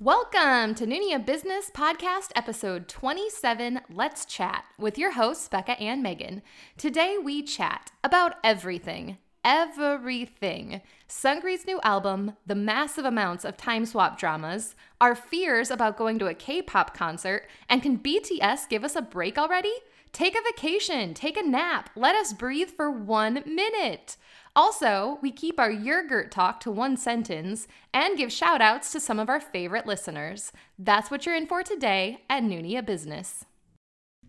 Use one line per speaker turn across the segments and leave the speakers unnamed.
Welcome to Nunia Business Podcast, episode 27 Let's Chat with your hosts, Becca and Megan. Today we chat about everything. Everything. Sungri's new album, the massive amounts of time swap dramas, our fears about going to a K pop concert, and can BTS give us a break already? Take a vacation, take a nap, let us breathe for one minute. Also, we keep our yogurt talk to one sentence and give shout outs to some of our favorite listeners. That's what you're in for today at Nunia Business.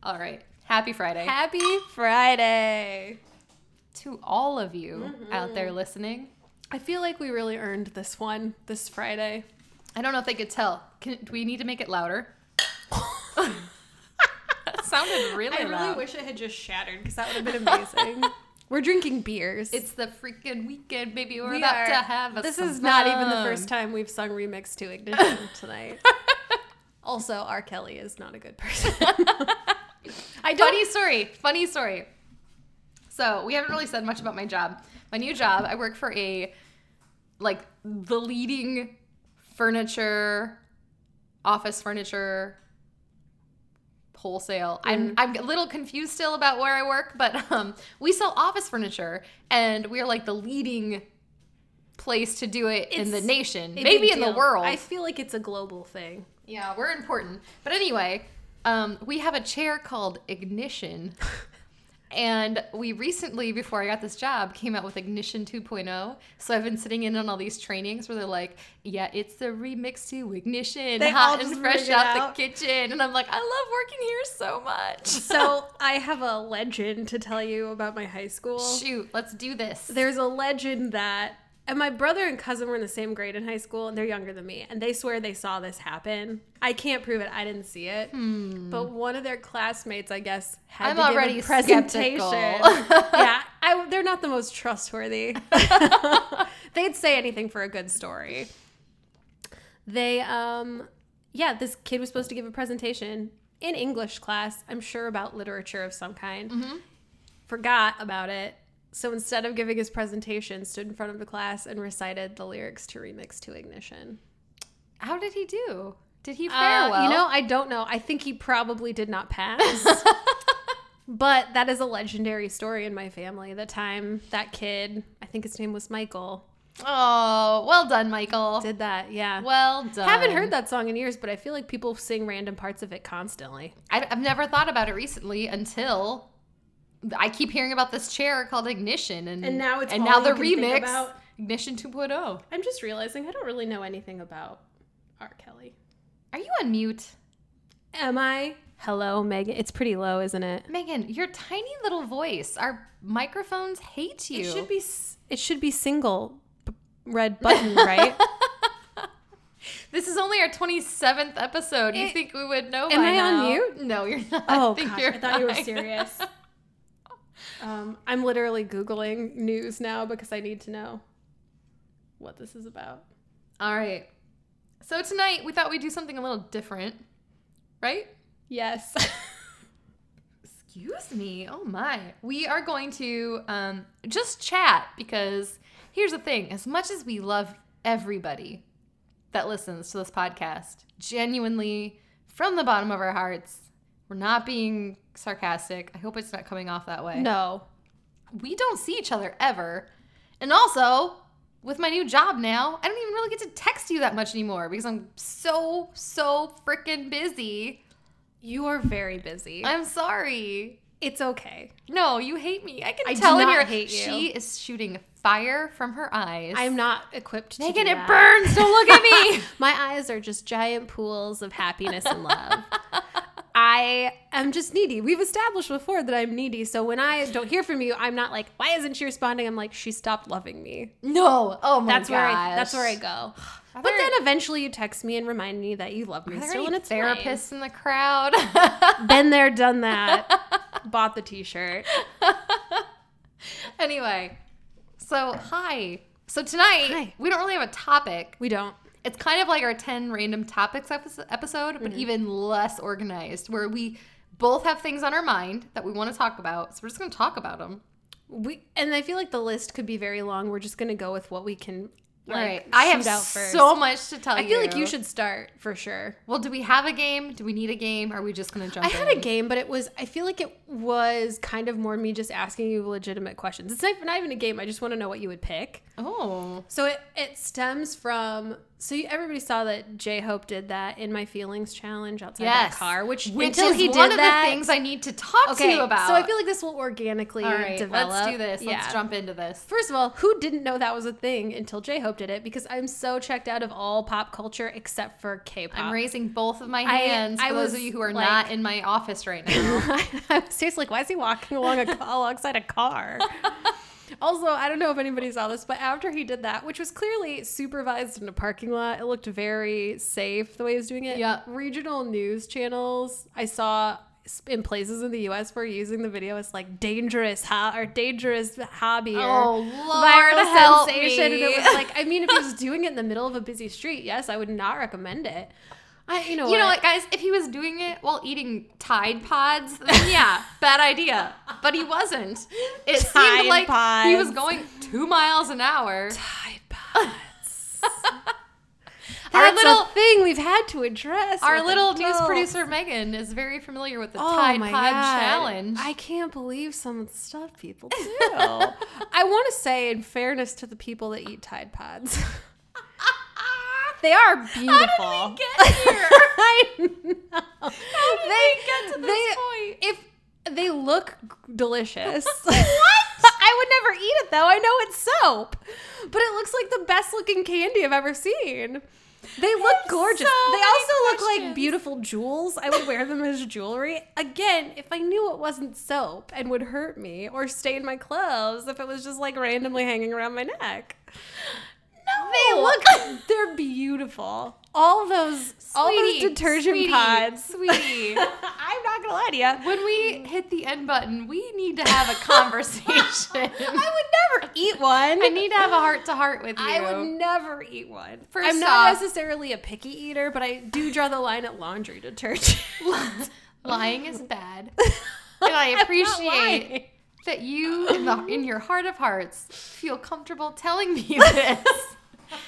All right. Happy Friday
Happy Friday.
to all of you
Mm-hmm.
out there listening.
I feel like we really earned this one this Friday.
I don't know if they could tell. Can, do we need to make it louder? that sounded really
I really
loud.
wish it had just shattered because that would have been amazing. We're drinking beers.
it's the freaking weekend, baby. We're
We
about
are-
to have a
This is not even the
fun.
first time we've sung remix to Ignition tonight. also, R. Kelly is not a good person. I don't.
Funny story. Funny story. So we haven't really said much about my job. My new job, I work for a like the leading furniture, office furniture wholesale. I'm
Mm-hmm.
I'm a little confused still about where I work, but um, we sell office furniture, and we're like the leading place to do it in the
It's
nation,
a
maybe
big
in the
deal.
world.
I feel like it's a global thing.
Yeah, we're important. But anyway, um, we have a chair called Ignition. and we recently, before I got this job, came out with Ignition 2.0. So I've been sitting in on all these trainings where they're like, yeah, it's the remix to Ignition,
They all
hot and
just
fresh
bring it
out,
out.
the kitchen. And I'm like, I love working here so much.
So I have a legend to tell you about my high school.
shoot, let's do this.
There's a legend that, and my brother and cousin were in the same grade in high school, and they're younger than me, and they swear they saw this happen. I can't prove it. I didn't see it. But one of their classmates, I guess, had
Hmm. I'm
to
already
give a presentation.
skeptical.
yeah, I, they're not the most trustworthy. They'd say anything for a good story. They, um, yeah, this kid was supposed to give a presentation in English class, I'm sure about literature of some kind. Forgot about it. So instead of giving his presentation, stood in front of the class and recited the lyrics to Remix to Ignition.
How did he do? Did he fare
Uh,
well?
You know, I don't know. I think he probably did not pass. but that is a legendary story in my family. The time that kid, I think his name was Michael,
oh, well done, Michael.
did that. Yeah.
well done.
Haven't heard that song in years, but I feel like people sing random parts of it constantly.
I, have never thought about it recently until I keep hearing about this chair called Ignition, and
And now it's
and
all
now
you
the
can think
remix
about.
Ignition oh. 2.0.
I'm just realizing I don't really know anything about R. Kelly.
Are you on mute,
Am I? Hello, Megan. It's pretty low, isn't it?
Megan? Your tiny little voice. Our microphones hate you.
It should be. s- It should be single b- red button, right?
This is only our 27th episode. you
It-
think we would know?
Am
by
I on
now.
mute?
No, you're not.
oh,
think
gosh,
you're
I thought you were
fine.
serious. um, I'm literally googling news now because I need to know what this is about.
All right. So tonight we thought we'd do something a little different, right?
Yes.
Excuse me. Oh my. We are going to um, just chat because here's the thing as much as we love everybody that listens to this podcast, genuinely from the bottom of our hearts, we're not being sarcastic. I hope it's not coming off that way.
no.
We don't see each other ever. And also, with my new job now, I don't even really get to text you that much anymore because I'm so, so freaking busy.
You are very busy.
I'm sorry.
it's okay.
No, you hate me. I can
I do
tell in
not
your
hate you.
She is shooting fire from her eyes.
I'm not equipped to
Megan,
do
it
that.
burns. Don't look at me.
My eyes are just giant pools of happiness and love. I am just needy. We've established before that I'm needy. So when I don't hear from you, I'm not like, why isn't she responding? I'm like, she stopped loving me.
no. Oh my
That's where I,
gosh.
that's where I go. But
there-
then eventually you text me and remind me that you love me
Are there
still, and
any
it's therapist.
therapists in the crowd?
Been there, done that. Bought the T-shirt.
anyway, so hi. So tonight
Hi.
we don't really have a topic.
We don't.
It's kind of like our ten random topics epi- episode, but
Mm-hmm.
even less organized, where we both have things on our mind that we want to talk about. So we're just going to talk about them.
We and I feel like the list could be very long. We're just gonna go with what we can
All
like,
right. I have
shoot out first.
so much to tell
I
you.
feel like you should start for sure.
Well, do we have a game? Do we need a game? Are we just going to jump
I had a
in?
game, but it was I feel like it was kind of more me just asking you legitimate questions. It's not, not even a game. I just want to know what you would pick.
Oh.
So it, it stems from so you, everybody saw that J Hope did that in my feelings challenge outside
Yes.
that car, which,
Which
until
is
he did
one of
that,
the things I need to talk to
okay,
you about.
So I feel like this will organically
All right,
develop.
let's do this. Let's
Yeah.
jump into this.
First of all, who didn't know that was a thing until J Hope did it? Because I'm so checked out of all pop culture except for K-pop.
I'm raising both of my hands
I
for those
was
of you who are
like-
not in my office right now.
I was seriously like, why is he walking along a, alongside a car? also, I don't know if anybody saw this, but after he did that, which was clearly supervised in a parking lot, it looked very safe the way he was doing it.
Yeah.
Regional news channels, I saw s- in places in the U.S. were using the video as like dangerous ho- or dangerous hobby or
Oh, Lord,
viral
help
sensation,
me.
and it was like, I mean, if he was doing it in the middle of a busy street, yes, I would not recommend it. I, you know,
you know what, guys? If he was doing it while eating Tide Pods, then yeah, bad idea. But he wasn't. It
Tide
seemed like he was
Pods.
going two miles an hour.
Tide pods.
Our
Our
little-
little thing we've had to address.
Our
with
little news
adults.
producer Megan is very familiar with the
Oh
Tide
my
Pod
God.
challenge.
I can't believe some of the stuff people do. I want to say, in fairness to the people that eat Tide Pods, they are beautiful.
How did we get here?
I know.
How did we get to this
they-
point?
If they look g- delicious.
What?
I would never eat it though. I know it's soap, but it looks like the best looking candy I've ever seen. They look
have
gorgeous.
so
they
many
also look
questions.
like beautiful jewels. I would wear them as jewelry. Again, if I knew it wasn't soap and would hurt me or stain my clothes if it was just like randomly hanging around my neck.
No.
They look they're beautiful. All those all those
Sweetie,
detergent
sweetie,
pods.
sweetie.
I'm not gonna lie to you.
When we hit the end button, we need to have a conversation.
I would never eat one.
I need to have a heart to heart with you.
I would never eat one.
First
I'm not
off-
necessarily a picky eater, but I do draw the line at laundry detergent. Uh,
Lying is bad. And I
I'm not
appreciate
lying.
that you, in, the, in your heart of hearts, feel comfortable telling me this.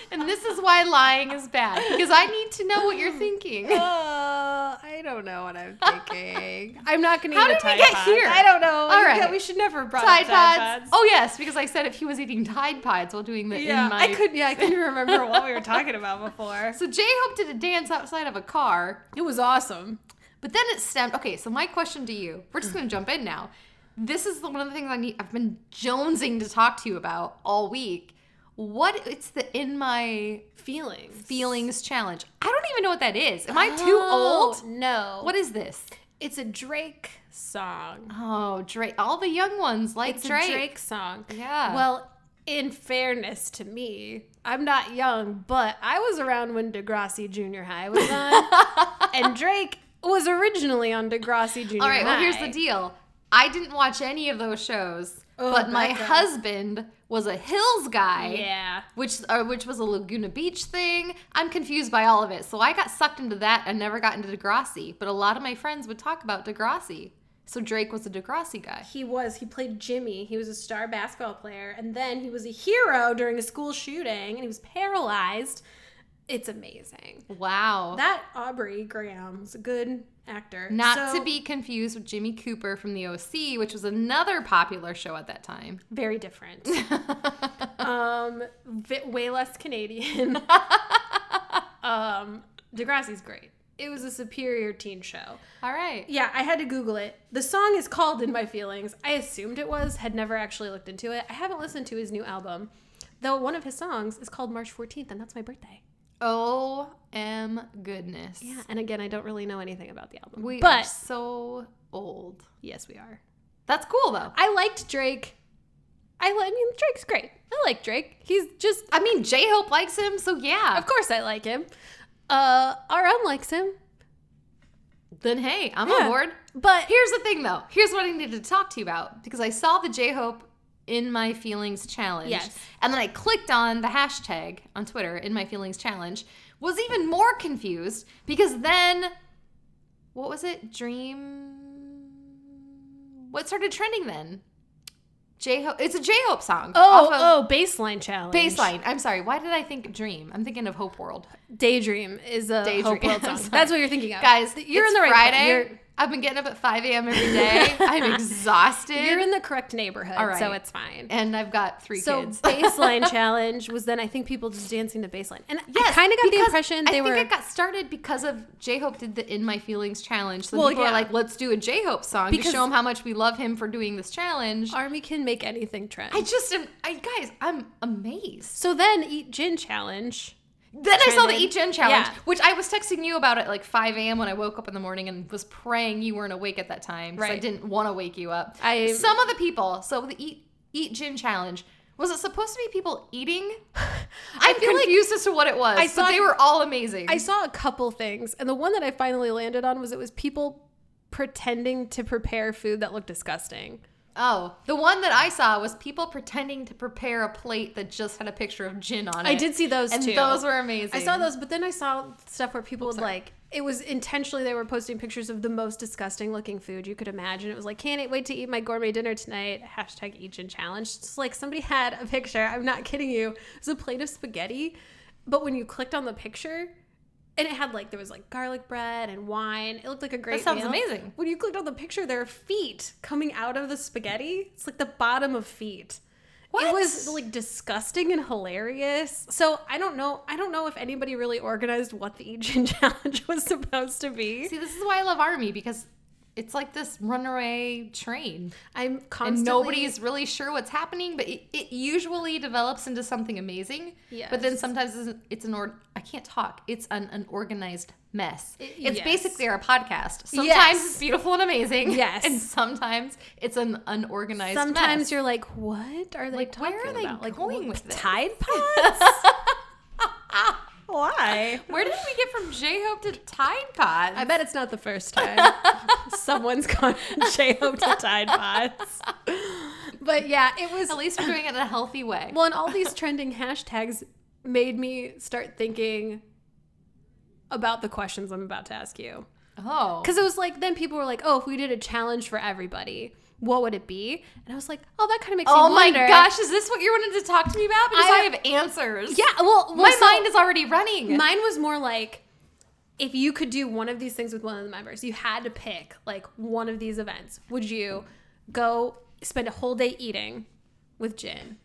and this is why lying is bad, because I need to know what you're thinking.
Uh, I don't know what I'm thinking. I'm not gonna
How
eat a
did we
Tide
get
Pod.
here?
I don't know.
All
We-
right.
we should never have brought
Tide
up Tide
Pods.
Pods.
Oh, yes, because I said if he was eating Tide Pods while doing the
yeah,
in my.
I could. Yeah, I couldn't remember what we were talking about before.
So J Hope did a dance outside of a car.
It was awesome.
But then it stemmed. Okay, so my question to you, we're just gonna jump in now. This is the, one of the things I need. I've been jonesing to talk to you about all week. What it's the in my
Feelings.
feelings challenge. I don't even know what that is. Am I too
Oh,
old?
No.
What is this?
It's a Drake song.
Oh, Drake. All the young ones like
it's
Drake.
a Drake song.
Yeah.
Well, in fairness to me, I'm not young, but I was around when Degrassi Junior High was on, and Drake was originally on Degrassi Junior High.
All right. Well, here's the deal. I didn't watch any of those shows,
Oh,
but my
Becca.
husband was a Hills guy.
Yeah.
which uh, which was a Laguna Beach thing. I'm confused by all of it. So I got sucked into that and never got into Degrassi. But a lot of my friends would talk about Degrassi. So Drake was a Degrassi guy.
He was. He played Jimmy. He was a star basketball player, and then he was a hero during a school shooting, and he was paralyzed. It's amazing.
Wow.
That Aubrey Graham's a good actor.
Not
So-
to be confused with Jimmy Cooper from The OC, which was another popular show at that time.
very different. um, vi- way less Canadian. um, Degrassi's great. It was a superior teen show.
All right.
Yeah, I had to Google it. The song is called "In My Feelings." I assumed it was. Had never actually looked into it. I haven't listened to his new album, though. One of his songs is called "March 14th," and that's my birthday.
Oh, m goodness.
Yeah, and again, I don't really know anything about the album.
We are
but
so old.
yes, we are.
That's cool though.
I liked Drake. I, li- I mean, Drake's great. I like Drake. He's just
I mean, J Hope likes him, so yeah.
Of course I like him. Uh, RM likes him.
Then hey, I'm
Yeah.
on board.
But
Here's the thing, though. Here's what I needed to talk to you about because I saw the J Hope in my feelings challenge.
Yes.
And then I clicked on the hashtag on Twitter in my feelings challenge, was even more confused because then, what was it? Dream. What started trending then? J Hope. It's a J Hope song.
Oh,
off of
oh, baseline challenge.
Baseline. I'm sorry. Why did I think Dream? I'm thinking of Hope World.
Daydream is a
Daydream.
Hope World
I'm
song.
sorry.
That's what you're thinking of.
Guys,
you're
it's
in the right
Friday.
You're,
I've been getting up at 5 a.m. every day. I'm exhausted.
you're in the correct neighborhood,
All right.
so it's fine.
and I've got three
so
kids.
baseline challenge was then I think people just dancing to baseline, and I
Yes,
kind of got the
because
impression
I
they
think
were
it got started because of J Hope did the In My Feelings challenge. So
Well,
people
yeah.
are like, let's do a J Hope song
Because-
to show him how much we love him for doing this challenge.
army can make anything trend.
I just am, I guys, I'm amazed.
so then eat gin challenge.
Then I saw the
Trended.
Eat Gin challenge,
Yeah.
which I was texting you about at like 5 a.m. when I woke up in the morning and was praying you weren't awake at that time because I
Right.
didn't want to wake you up.
I-
Some of the people, so the Eat Eat Gin challenge. Was it supposed to be people eating? I feel confused as to what it was.
I
I
saw-
but they were all amazing.
I saw a couple things, and the one that I finally landed on was it was people pretending to prepare food that looked disgusting.
Oh, the one that I saw was people pretending to prepare a plate that just had a picture of gin on it.
I did see those
and
too.
those were amazing.
I saw those, but then I saw stuff where people would like it was intentionally they were posting pictures of the most disgusting looking food you could imagine. It was like, can't wait to eat my gourmet dinner tonight. Hashtag eat and challenge. It's like somebody had a picture. I'm not kidding you. It was a plate of spaghetti, but when you clicked on the picture. And it had like there was like garlic bread and wine. It looked like a great.
sounds
meal.
amazing.
When you clicked on the picture, there are feet coming out of the spaghetti. It's like the bottom of feet. It
What?
was like disgusting and hilarious. So I don't know. I don't know if anybody really organized what the Eat Gin Challenge was supposed to be.
See, this is why I love Army because it's like this runaway train,
I'm constantly
and nobody's really sure what's happening. But it, it usually develops into something amazing. But then
Yes.
sometimes it's an- it's an or I can't talk. It's an unorganized mess. It's
yes.
basically our podcast. Sometimes
Yes.
it's beautiful and amazing.
Yes.
And sometimes it's an unorganized.
Sometimes
mess.
you're like, what are they
Like, where
talking
are they
about? Like,
going
what-
with this?
Tide Pods? Why?
Where did we get from J Hope to Tide Pod?
I bet it's not the first time someone's gone J Hope to Tide Pods. But yeah, it was
At least we're doing it in a healthy way.
Well, and all these trending hashtags made me start thinking about the questions I'm about to ask you.
oh,
Because it was like, then people were like, oh, if we did a challenge for everybody, what would it be? And I was like, oh, that kind of makes
oh
me
my
wonder.
gosh, is this what you wanted to talk to me about? Because I,
I-
have answers.
Yeah, well, well,
my
so
mind is already running.
mine was more like, if you could do one of these things with one of the members, you had to pick like one of these events. Would you go spend a whole day eating with Jin?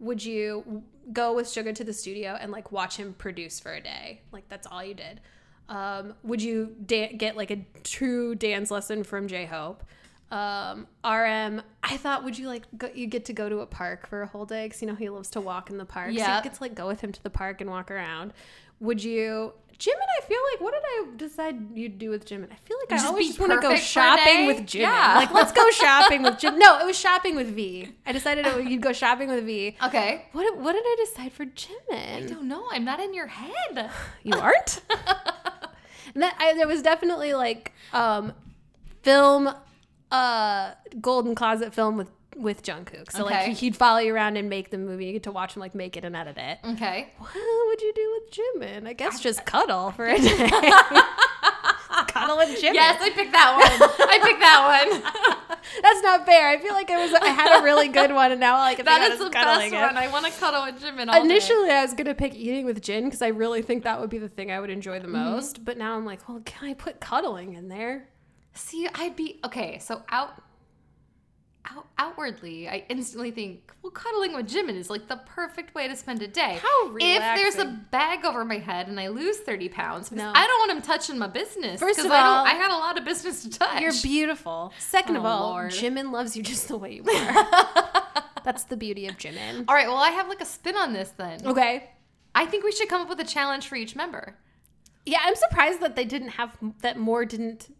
Would you go with Sugar to the studio and like watch him produce for a day? Like that's all you did. Um, would you da- get like a true dance lesson from J Hope? Um, RM, I thought, would you like go, you get to go to a park for a whole day? Cause you know he loves to walk in the park. so you
Yep.
get to like go with him to the park and walk around. Would you? Jim and I feel like what did I decide you'd do with Jim? And I feel like I
Just
always
be
just want to go
perfect for a
shopping
day?
with Jim.
Yeah.
Like let's go shopping with Jim. No, it was shopping with V. I decided it, you'd go shopping with V.
okay.
What what did I decide for Jim? in?
I don't know. I'm not in your head.
You aren't? and that I, there was definitely like um film uh golden closet film with with Jungkook. So
Okay.
like he'd follow you around and make the movie. You get to watch him like make it and edit it.
Okay.
What would you do with Jimin? I guess just cuddle for a day. cuddle with Jimin.
Yes, I picked that one. I picked that one.
That's not fair. I feel like I was I had a really good one and now all I can
That
think
is
of
the
cuddling
best
it.
one. I want to cuddle with Jim and all day.
Initially, I was gonna pick eating with gin because I really think that would be the thing I would enjoy the most. But now I'm like, well, can I put cuddling in there?
See, I'd be okay. So out, out outwardly, I instantly think, well, cuddling with Jimin is like the perfect way to spend a day.
How
If there's a
relaxing.
bag over my head and I lose thirty pounds, because
No.
I don't want him touching my business.
First
'cause
of
I
all,
don't, I had a lot of business to touch.
You're beautiful. Second of
Oh,
all,
Lord.
Jimin loves you just the way you are. That's the beauty of Jimin.
all right. Well, I have like a spin on this then.
Okay.
I think we should come up with a challenge for each member.
Yeah, I'm surprised that they didn't have that more didn't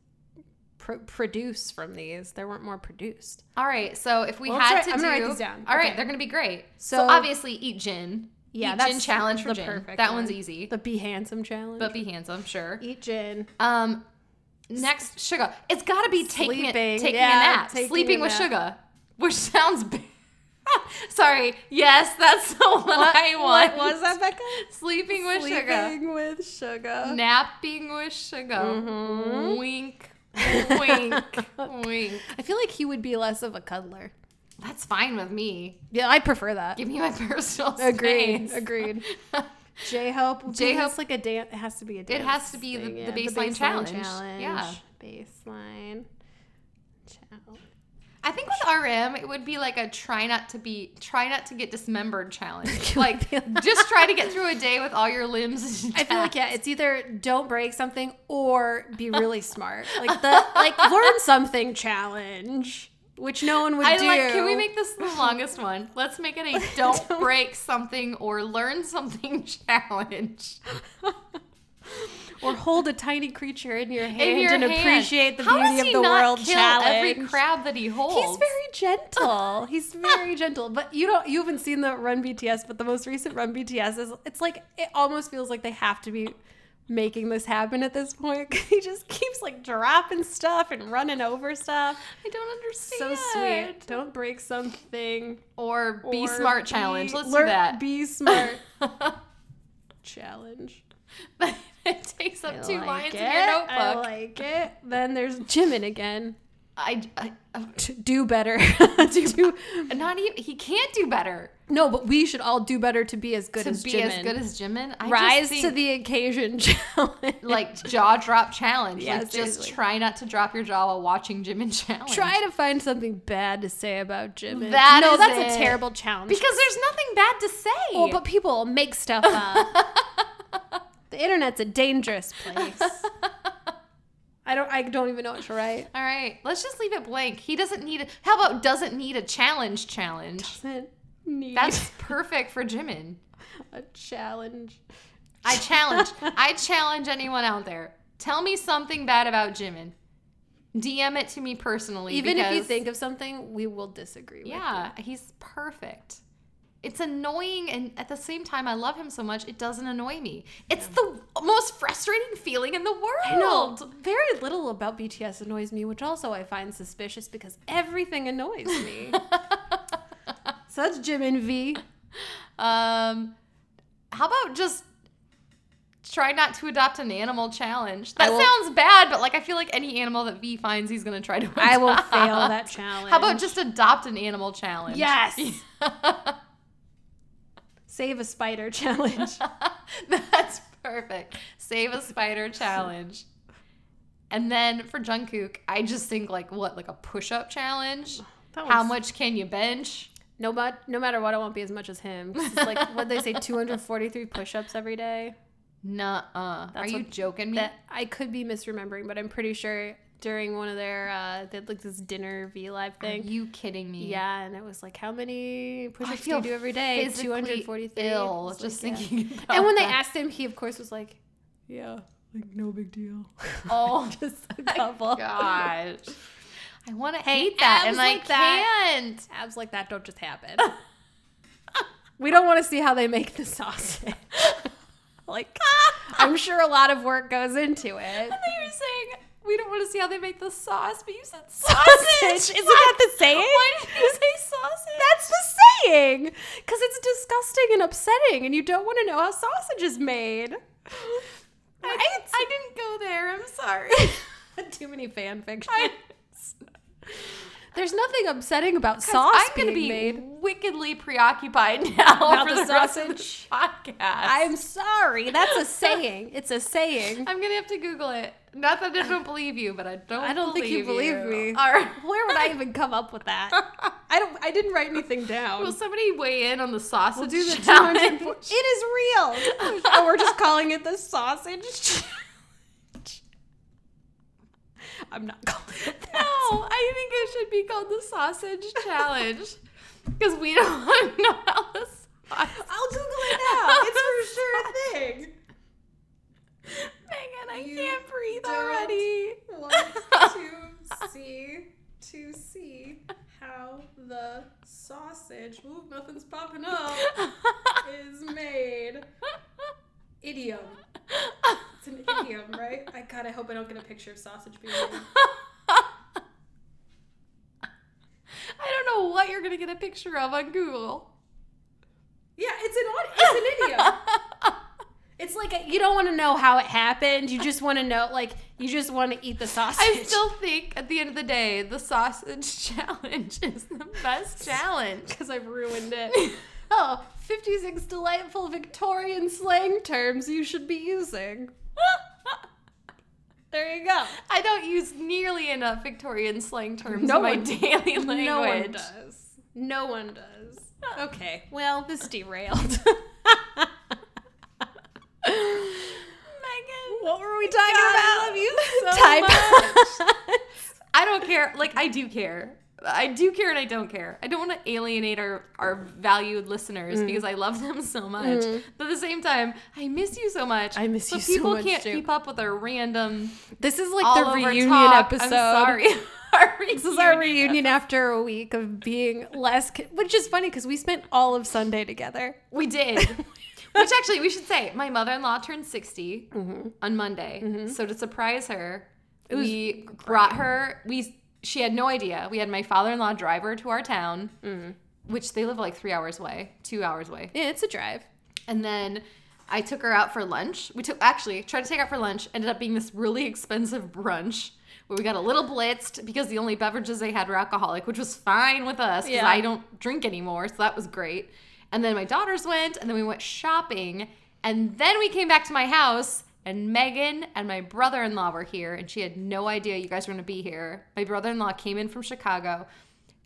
pr- produce from these. There weren't more produced.
All right. So if we
Well,
had
let's
to
write- I'm
do,
gonna write these down.
all right,
Okay.
they're gonna be great. So,
So-
obviously, eat gin.
Yeah,
eat gin
that's
challenge for
the
gin.
perfect
that
one.
one's easy.
The be handsome challenge.
but be handsome, sure.
eat gin.
Um, next, sugar. It's got to be taking a,
Sleeping,
taking
yeah,
a nap,
taking
sleeping
a
with
nap.
sugar, which sounds. Bad. Sorry. Yes, that's the one I want.
that, Becca?
Sleeping with sugar.
Sleeping with sugar.
Napping with sugar.
Mm-hmm.
Wink, wink, wink.
I feel like he would be less of a cuddler.
That's fine with me.
Yeah, I prefer that.
Give me my personal
Agreed.
space.
Agreed. J Hope. J
J-Hope-
Hope. like a dance. It has to be a dance.
has to be the-
thing,
the baseline challenge. Yeah.
Baseline challenge.
I think with RM, it would be like a try not to be, try not to get dismembered challenge. like, just try to get through a day with all your limbs.
I feel like yeah, it's either don't break something or be really smart. Like the like learn something challenge, which no one would
I
do.
like. Can we make this the longest one? Let's make it a don't break something or learn something challenge.
or hold a tiny creature in your hand
In your
and
hand.
appreciate the
How
beauty
does
of
he
the
not
world
kill
challenge?
Every crab that he holds.
He's very gentle. He's very gentle. But you don't you haven't seen the Run BTS, but the most recent Run BTS is it's like it almost feels like they have to be making this happen at this point. 'cause he just keeps like dropping stuff and running over stuff.
I don't
So
understand.
sweet. Don't break something.
Or be
or
smart challenge.
be-
Let's
learn-
do that.
Be smart challenge.
it takes up
I
two
like
lines in
it.
your notebook.
I like it. Then there's Jimin again.
I, I, I-
T- do better. do
not even. He can't do better.
No, but we should all do better to be as good
to
as
be
Jimin.
as good as Jimin. I
Rise
just
to
think,
the occasion challenge.
like jaw drop challenge.
Yeah,
like just
seriously.
try not to drop your jaw while watching Jimin challenge.
try to find something bad to say about Jimin.
That
no,
is
that's
it.
a terrible challenge.
because there's nothing bad to say.
well, but people make stuff up. the internet's a dangerous place. I don't. I don't even know what to write.
All right, let's just leave it blank. He doesn't need. A, how about doesn't need a challenge? Challenge.
Doesn't need
That's perfect for Jimin.
a challenge.
I challenge. I challenge anyone out there. Tell me something bad about Jimin. DM it to me personally.
Even if you
because-
think of something, we will disagree. with
Yeah, he's perfect. It's annoying, and at the same time, I love him so much, it doesn't annoy me. It's the most frustrating feeling in the world.
I know very little about BTS annoys me, which also I find suspicious because everything annoys me. so that's Jimin V.
Um, how about just try not to adopt an animal challenge?
I
That
will-
sounds bad, but like I feel like any animal that V finds, he's gonna try to. Adopt.
I will fail that challenge.
How about just adopt an animal challenge?
Yes. save a spider challenge?
That's perfect. Save a spider challenge. And then for Jungkook, I just think like what, like a push-up challenge?
That
How
one's-
much can you bench?
No, but no matter what, I won't be as much as him. 'Cause It's like what they say, 243 push-ups every day.
Nuh-uh. Are
That's
you
what-
joking me?
That I could be misremembering, but I'm pretty sure during one of their uh, they had like this dinner V live
Are
thing.
you kidding me?
Yeah, and it was like, how many push-ups do
feel
you do every day?
physically
243.
Ill.
It's
just
like, yeah.
thinking. About
And when they
that.
asked him, he of course was like, "Yeah, like no big deal."
Oh,
Just a couple
gosh. I want to hate that,
abs
and I
like that.
can't.
abs like that don't just happen. we don't want to see how they make the sausage. like, I'm sure a lot of work goes into it.
I thought you were saying we don't want to see how they make the sauce, but you said
Sausage? Isn't that the saying?
Why did you say sausage?
That's the saying, because it's disgusting and upsetting, and you don't want to know how sausage is made. Right?
I, I didn't go there. I'm sorry.
Too many fan fiction.
I,
There's nothing upsetting about sauce
I'm going to be
being made.
wickedly preoccupied now
About
for the,
the
sausage
sausage?
podcast. I'm,
I'm sorry. That's a saying. It's a saying.
going to have to Google it. Not that I don't believe you, but I don't.
I don't think you believe me.
All right.
Where would I even come up with that? I don't. I didn't write anything down.
Will somebody weigh in on the sausage?
We'll do the
challenge?
204 It is real. oh, we're just calling it the sausage challenge. I'm not calling it
No,
that.
I think it should be called the sausage challenge because we don't want to know how the sausage.
I'll Google it now. It's for sure a thing.
Megan, I
You
can't breathe
don't
already.
to see to see how the sausage. Ooh, nothing's popping up. Is made idiom. It's an idiom, right? I God, I hope I don't get a picture of sausage being made.
I don't know what you're gonna get a picture of on Google.
Yeah, it's an odd, it's an idiom. It's like a, you don't want to know how it happened. You just want to know, like, you just want to eat the sausage.
I still think at the end of the day, the sausage challenge is the best challenge.
because I've ruined it. oh, 56 delightful Victorian slang terms you should be using. There you go.
I don't use nearly enough Victorian slang terms
No
in my
one-
daily language.
No one does. No one does. Okay. Well, this derailed.
Megan,
what were we talking
I
about?
love you so
Type-
I don't care. Like I do care. I do care and I don't care. I don't want to alienate our, our valued
Mm.
listeners because I love them so much. But at the same time, I miss you so much.
Mm-hmm. I miss
but
you so
people
much,
can't
too.
keep up with our random
This is like
all
the
over
reunion
talk.
episode.
I'm sorry. our
This is our reunion after a week of being less, co- which is funny because we spent all of Sunday together.
We did. Which actually, we should say, my mother in law turned 60 on Monday. So to surprise her, we brought her. We she had no idea. We had my father in law drive her to our town, which they live like three hours away, two hours away.
Yeah, it's a drive.
And then I took her out for lunch. We took actually tried to take her out for lunch. Ended up being this really expensive brunch where we got a little blitzed because the only beverages they had were alcoholic, which was fine with us because
Yeah.
I don't drink anymore, so that was great. And then my daughters went, and then we went shopping, and then we came back to my house. And Megan and my brother in law were here, and she had no idea you guys were gonna be here. My brother in law came in from Chicago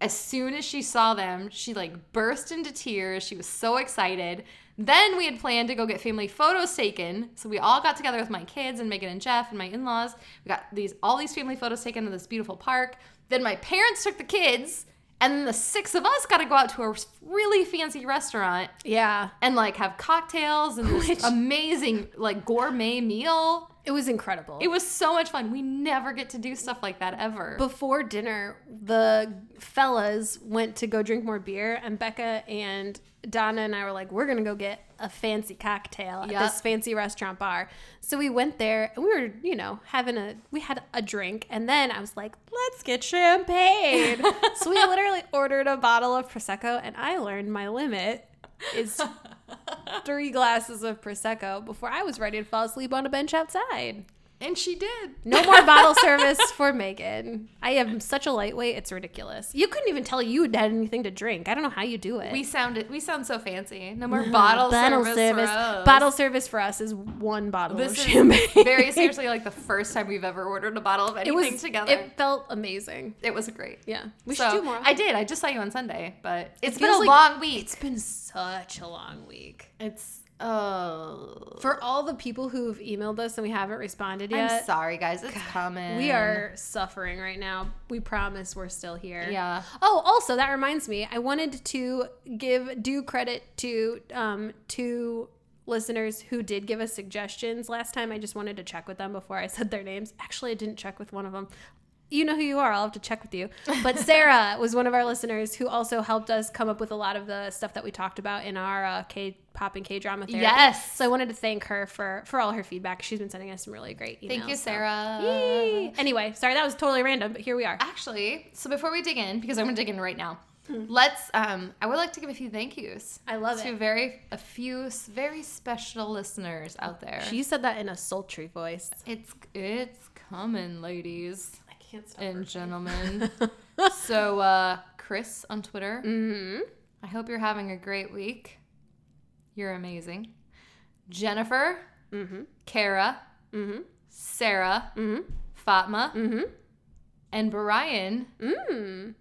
as soon as she saw them, she like burst into tears. She was so excited. Then we had planned to go get family photos taken. So we all got together with my kids and Megan and Jeff and my in-laws. We got these all these family photos taken in this beautiful park. Then my parents took the kids, and then the six of us got to go out to a really fancy restaurant
Yeah.
and like have cocktails and this
Which-
amazing like gourmet meal.
It was incredible.
It was so much fun. We never get to do stuff like that ever.
Before dinner, the fellas went to go drink more beer, and Becca and Donna and I were like, we're going to go get a fancy cocktail
Yep.
at this fancy restaurant bar. So we went there and we were, you know, having a, we had a drink. And then I was like, let's get champagne. so we literally ordered a bottle of Prosecco, and I learned my limit is three glasses of Prosecco before I was ready to fall asleep on a bench outside.
and she did.
No more bottle service for Megan. I am such a lightweight, it's ridiculous. You couldn't even tell you had anything to drink. I don't know how you do it.
We sounded we sound so fancy. No more bottle, service. for us.
Bottle service for us is one bottle
This
of
is
champagne.
very seriously like the first time we've ever ordered a bottle of
It
anything
was
together. It,
It felt amazing.
was great.
Yeah, we
So,
should do more.
I did. I just saw you on Sunday, but it's been a
feels like-
long week.
it's been such a long week.
It's oh,
For all the people who've emailed us and we haven't responded
I'm
yet,
sorry, guys. It's coming.
we are suffering right now. We promise we're still here.
Yeah.
Oh, also that reminds me, I wanted to give due credit to um two listeners who did give us suggestions last time. I just wanted to check with them before I said their names. Actually, I didn't check with one of them. You know who you are. I'll have to check with you. But Sarah was one of our listeners who also helped us come up with a lot of the stuff that we talked about in our uh, K-pop and K-drama therapy.
Yes.
So I wanted to thank her for for all her feedback. She's been sending us some really great emails.
Thank you,
so-
Sarah. Ah,
Yay. Anyway, sorry that was totally random, but here we are.
Actually, so before we dig in, because I'm gonna dig in right now, let's. Um, I would like to give a few thank yous.
Hmm. I love
to
it.
very a few s- very special listeners out there.
She said that in a sultry voice.
it's it's coming, ladies.
I can't stop.
and gentlemen. so, uh, Chris on Twitter,
mm-hmm.
I hope you're having a great week. You're amazing. Jennifer,
Mm-hmm.
Kara,
Mm-hmm.
Sarah,
Mm-hmm.
Fatma,
Mm-hmm.
and Brian.
Mm.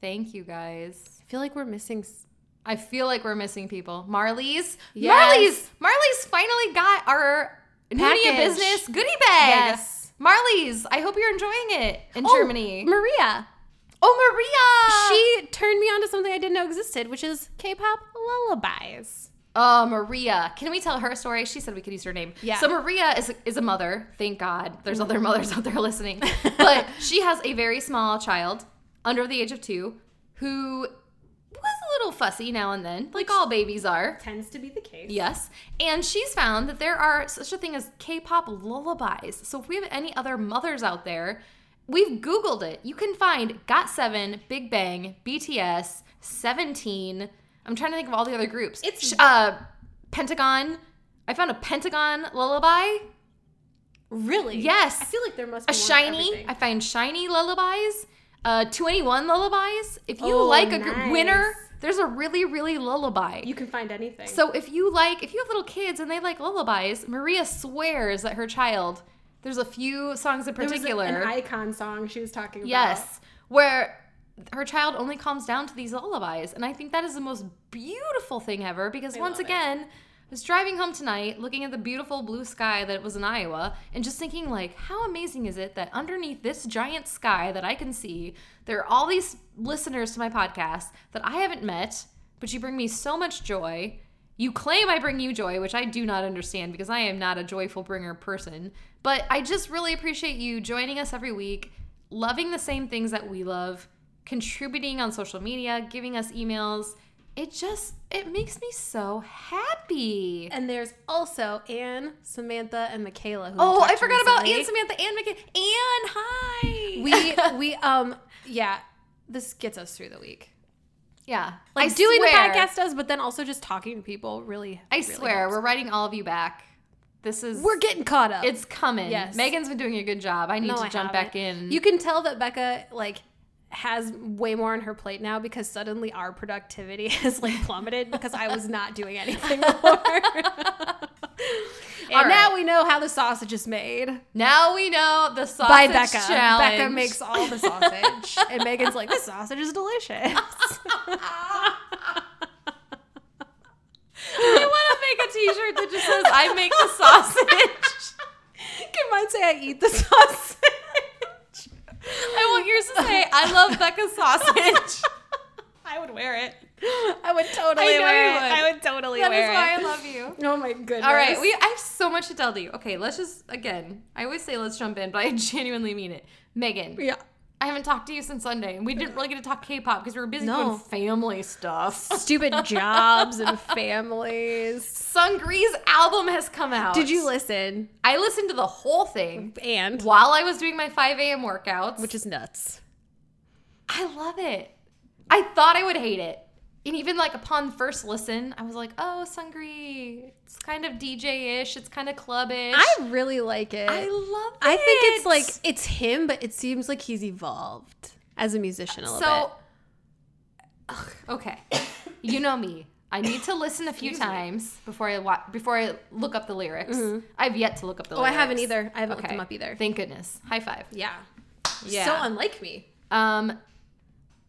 Thank you guys.
I feel like we're missing. s-
I feel like we're missing people. Marley's,
Yes.
Marley's, Marley's finally got our Nunea
Package.
business goodie bag. Marley's, I hope you're enjoying it in
Oh,
Germany.
Maria.
oh, Maria!
she turned me on to something I didn't know existed, which is K-pop lullabies.
Oh, Maria. Can we tell her story? She said we could use her name.
Yeah.
So Maria is, is a mother. Thank God. There's other mothers out there listening. But she has a very small child under the age of two who was a little fussy now and then, like all babies are.
Tends to be the case.
Yes. And she's found that there are such a thing as K pop lullabies. So if we have any other mothers out there, we've Googled it. You can find Got7, Big Bang, BTS, 17. I'm trying to think of all the other groups.
It's-
Sh- uh, Pentagon. I found a pentagon lullaby.
Really?
Yes.
I feel like there must be
a
one for
shiny.
everything.
I find shiny lullabies. Uh, 21 lullabies. If you
Oh,
like a gr- winner,
nice.
there's a really, really lullaby.
you can find anything.
so if you like, if you have little kids and they like lullabies, Maria swears that her child. There's a few songs in
there was
particular.
an icon song she was talking about.
yes, where her child only calms down to these lullabies, and I think that is the most beautiful thing ever. Because once
love it.
again, I was driving home tonight, looking at the beautiful blue sky that it was in Iowa, and just thinking like, how amazing is it that underneath this giant sky that I can see, there are all these listeners to my podcast that I haven't met, but you bring me so much joy. You claim I bring you joy, which I do not understand because I am not a joyful bringer person. But I just really appreciate you joining us every week, loving the same things that we love, contributing on social media, giving us emails. It just it makes me so happy.
And there's also Anne, Samantha, and Michaela. Who
Oh,
talked
I
to
forgot about
recently.
Anne, Samantha, and McKin. Anne, hi.
We we um yeah, this gets us through the week.
yeah,
Like
I
doing
swear-
the podcast does, but then also just talking to people really.
I
really
swear,
helps.
we're writing all of you back. This is
we're getting caught up.
it's coming.
Yes.
Megan's been doing a good job. I need
No,
to
I
jump
haven't.
back in.
You can tell that Becca like has way more on her plate now because suddenly our productivity has like plummeted because I was not doing anything more. and
All
now
right.
we know how the sausage is made
Now we know the sausage
by Becca.
challenge.
Becca makes all the sausage, and Megan's like, "This sausage is delicious."
I want to make a T-shirt that just says "I make the sausage."
Can mine say I eat the sausage?
I want yours to say "I love Becca's sausage."
I would wear it. I would totally
I know
wear
you
it.
would.
I would totally
That is
wear
why I
it.
love you.
oh my goodness.
All right, we I have so much to tell you. Okay, let's just again. I always say let's jump in, but I genuinely mean it. Megan,
yeah.
I haven't talked to you since Sunday, and we didn't really get to talk K-pop because we were busy
No.
doing family stuff.
Stupid jobs and families.
Sungri's album has come out.
Did you listen?
I listened to the whole thing
And
while I was doing my 5 a.m. workouts,
which is nuts.
I love it. I thought I would hate it. And even like upon first listen, I was like, oh, Sungri, it's kind of DJ ish, it's kind of clubbish.
I really like it.
I love it.
I think it's like it's him, but it seems like he's evolved as a musician a little
so. Ugh, okay. you know me. I need to listen a few times before I wa- before I look up the lyrics. I've yet to look up the
bit. Mm-hmm. Oh, I
lyrics.
haven't either. I haven't looked
Okay.
him up either.
Thank goodness. High five.
yeah.
Yeah.
So unlike me.
Um,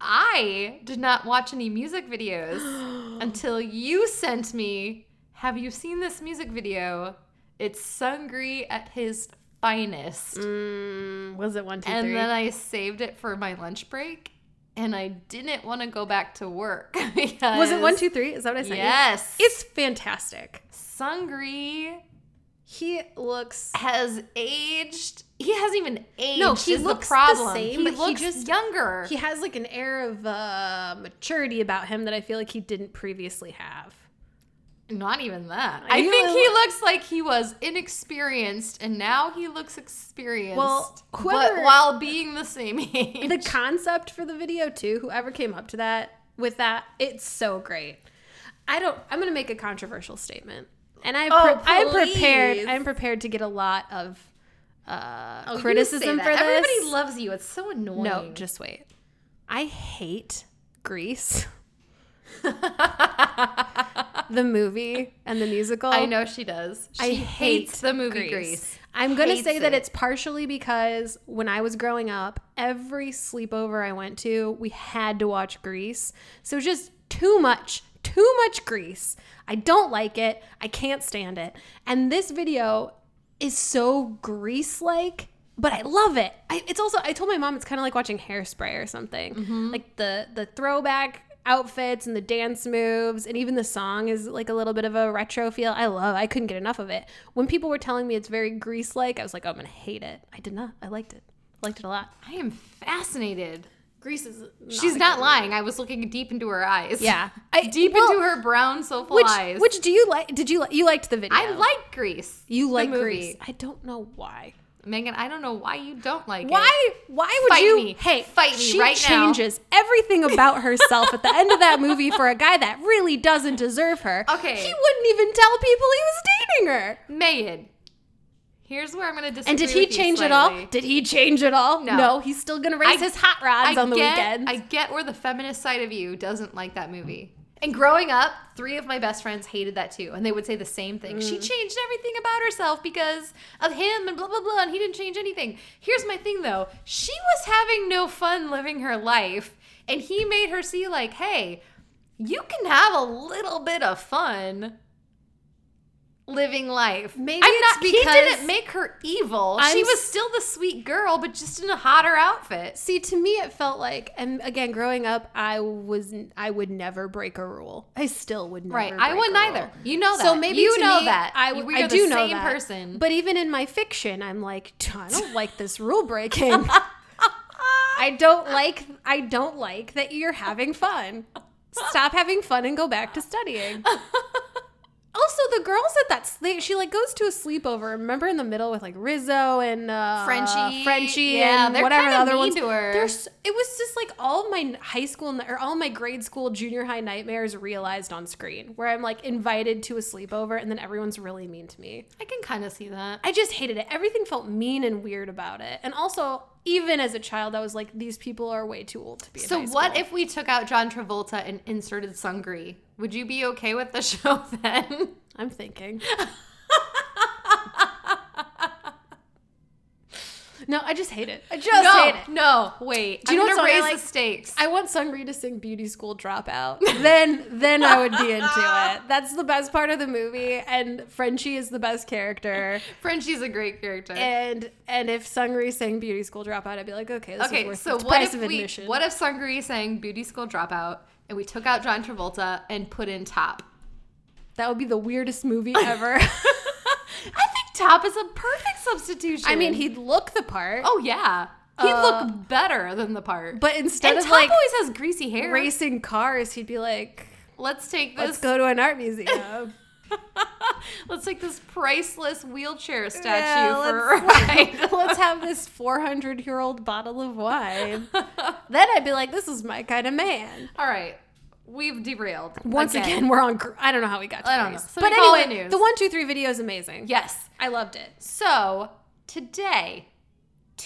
I did not watch any music videos until you sent me. Have you seen this music video? It's Sungri at his finest.
Mm, was it one, two,
and
three?
then I saved it for my lunch break, and I didn't want to go back to work because
was it one, two, three? Is that what I said?
Yes,
It's fantastic.
Sungri
He looks
has aged. He hasn't even aged.
No, he
is
looks
the
the
problem.
same,
he
but he
looks
just-
younger.
he has like an air of uh, maturity about him that I feel like he didn't previously have.
Not even that.
I
I
know
think
I
he
lo-
looks like he was inexperienced, and now he looks experienced.
Well,
but
whoever-
while being the same age,
The concept for the video too, whoever came up to that with that, it's so great. I don't I'm going to make a controversial statement. And I
Oh,
pre- I'm
please.
prepared I'm prepared to get a lot of uh,
Oh, you say
criticism
that.
for this.
Everybody loves you. It's so annoying.
no, just wait. I hate Grease, the movie and the musical.
I know she does. She
I hate
hates the movie Grease.
I'm gonna
Hates
say that
it.
it's partially because when I was growing up, every sleepover I went to, we had to watch Grease. So just too much, too much Grease. I don't like it. I can't stand it. And this video is so Grease-like, but I love it. I, it's also I told my mom it's kind of like watching Hairspray or something. Like the the throwback outfits and the dance moves and even the song is like a little bit of a retro feel. I love. I couldn't get enough of it. When people were telling me it's very grease like, I was like, oh, I'm gonna hate it. I did not. I liked it. I liked it a lot.
I am fascinated.
Grease is.
She's not lying. I was looking deep into her eyes.
Yeah. I,
deep
well,
into her brown soulful
which,
eyes.
Which do you like? Did you like? You liked the video?
I like Grease.
You like
movie.
Grease. I don't know why.
Megan, I don't know why you don't like it.
Why? Why would
Fight
you?
me.
Hey,
Fight me
she
right now.
changes everything about herself at the end of that movie for a guy that really doesn't deserve her.
Okay.
he wouldn't even tell people he was dating her.
Megan, here's where I'm going to disagree.
And did he
with you
change it
slightly.
all? Did he change it all?
No.
he's still gonna raise
I-
his hot rods on the
get,
weekends.
I get where the feminist side of you doesn't like that movie. And growing up, three of my best friends hated that too. And they would say the same thing. She
Mm.
changed everything about herself because of him and blah, blah, blah. And he didn't change anything. Here's my thing though she was having no fun living her life. And he made her see, like, hey, you can have a little bit of fun living life.
Maybe
I'm
it's
not, he
because-
didn't make her evil.
I'm
she was
s-
still the sweet girl, but just in a hotter outfit.
See, to me, it felt like, and again, growing up, I was, I would never break a rule. I still would never.
Right. I
break
wouldn't
a
either.
rule.
You know that.
So maybe
you
to
know
me,
that.
I,
You- we
I
are the
do know
same
that.
person.
But even in my fiction, I'm like, "Tch, I don't like this rule breaking. I don't like. I don't like that you're having fun. Stop having fun and go back to studying. Also, the girls at that sleep, she like goes to a sleepover. Remember in the middle with like Rizzo and uh,
Frenchie.
Frenchie,
Yeah,
and
they're
whatever the
kinda
other
mean
ones.
to her.
There's, it was just like all my high school n- or all my grade school, junior high nightmares realized on screen, where I'm like invited to a sleepover and then everyone's really mean to me.
I can kind of see that.
I just hated it. Everything felt mean and weird about it. And also, even as a child, I was like, these people are way too old to be. in
So
high
what
school.
if we took out John Travolta and inserted Sungri? Would you be okay with the show then?
I'm thinking? no, I just hate it. I just hate it.
no, wait.
Do you
I'm
know
gonna
what's on
raise
my,
the
like-
stakes.
I want Sungri to sing Beauty School Dropout. then then I would be into it. That's the best part of the movie and Frenchie is the best character.
Frenchie's a great character.
And and if Sungri sang Beauty School Dropout, I'd be like, okay, this is
okay,
worth
so
the
what
price
if
of
we
admission.
what if Sungri sang Beauty School Dropout and we took out John Travolta and put in Top?
that would be the weirdest movie ever.
I think Top is a perfect substitution.
I mean, he'd look the part.
Oh yeah. He'd
Uh,
look better than the part.
but instead
and
of
Top
like
always has greasy hair.
racing cars, he'd be like,
Let's take
let's
this.
go to an art museum.
Let's take this priceless wheelchair statue
Yeah,
for a ride.
Let's have this 400 year old bottle of wine. then I'd be like, this is my kind of man.
All right, we've derailed
Once again, we're on. Gr- I don't know how we got to
I don't
Grease.
know. So
but
we follow
anyway,
the news.
the one, two, three video is amazing.
Yes.
I loved it.
So today,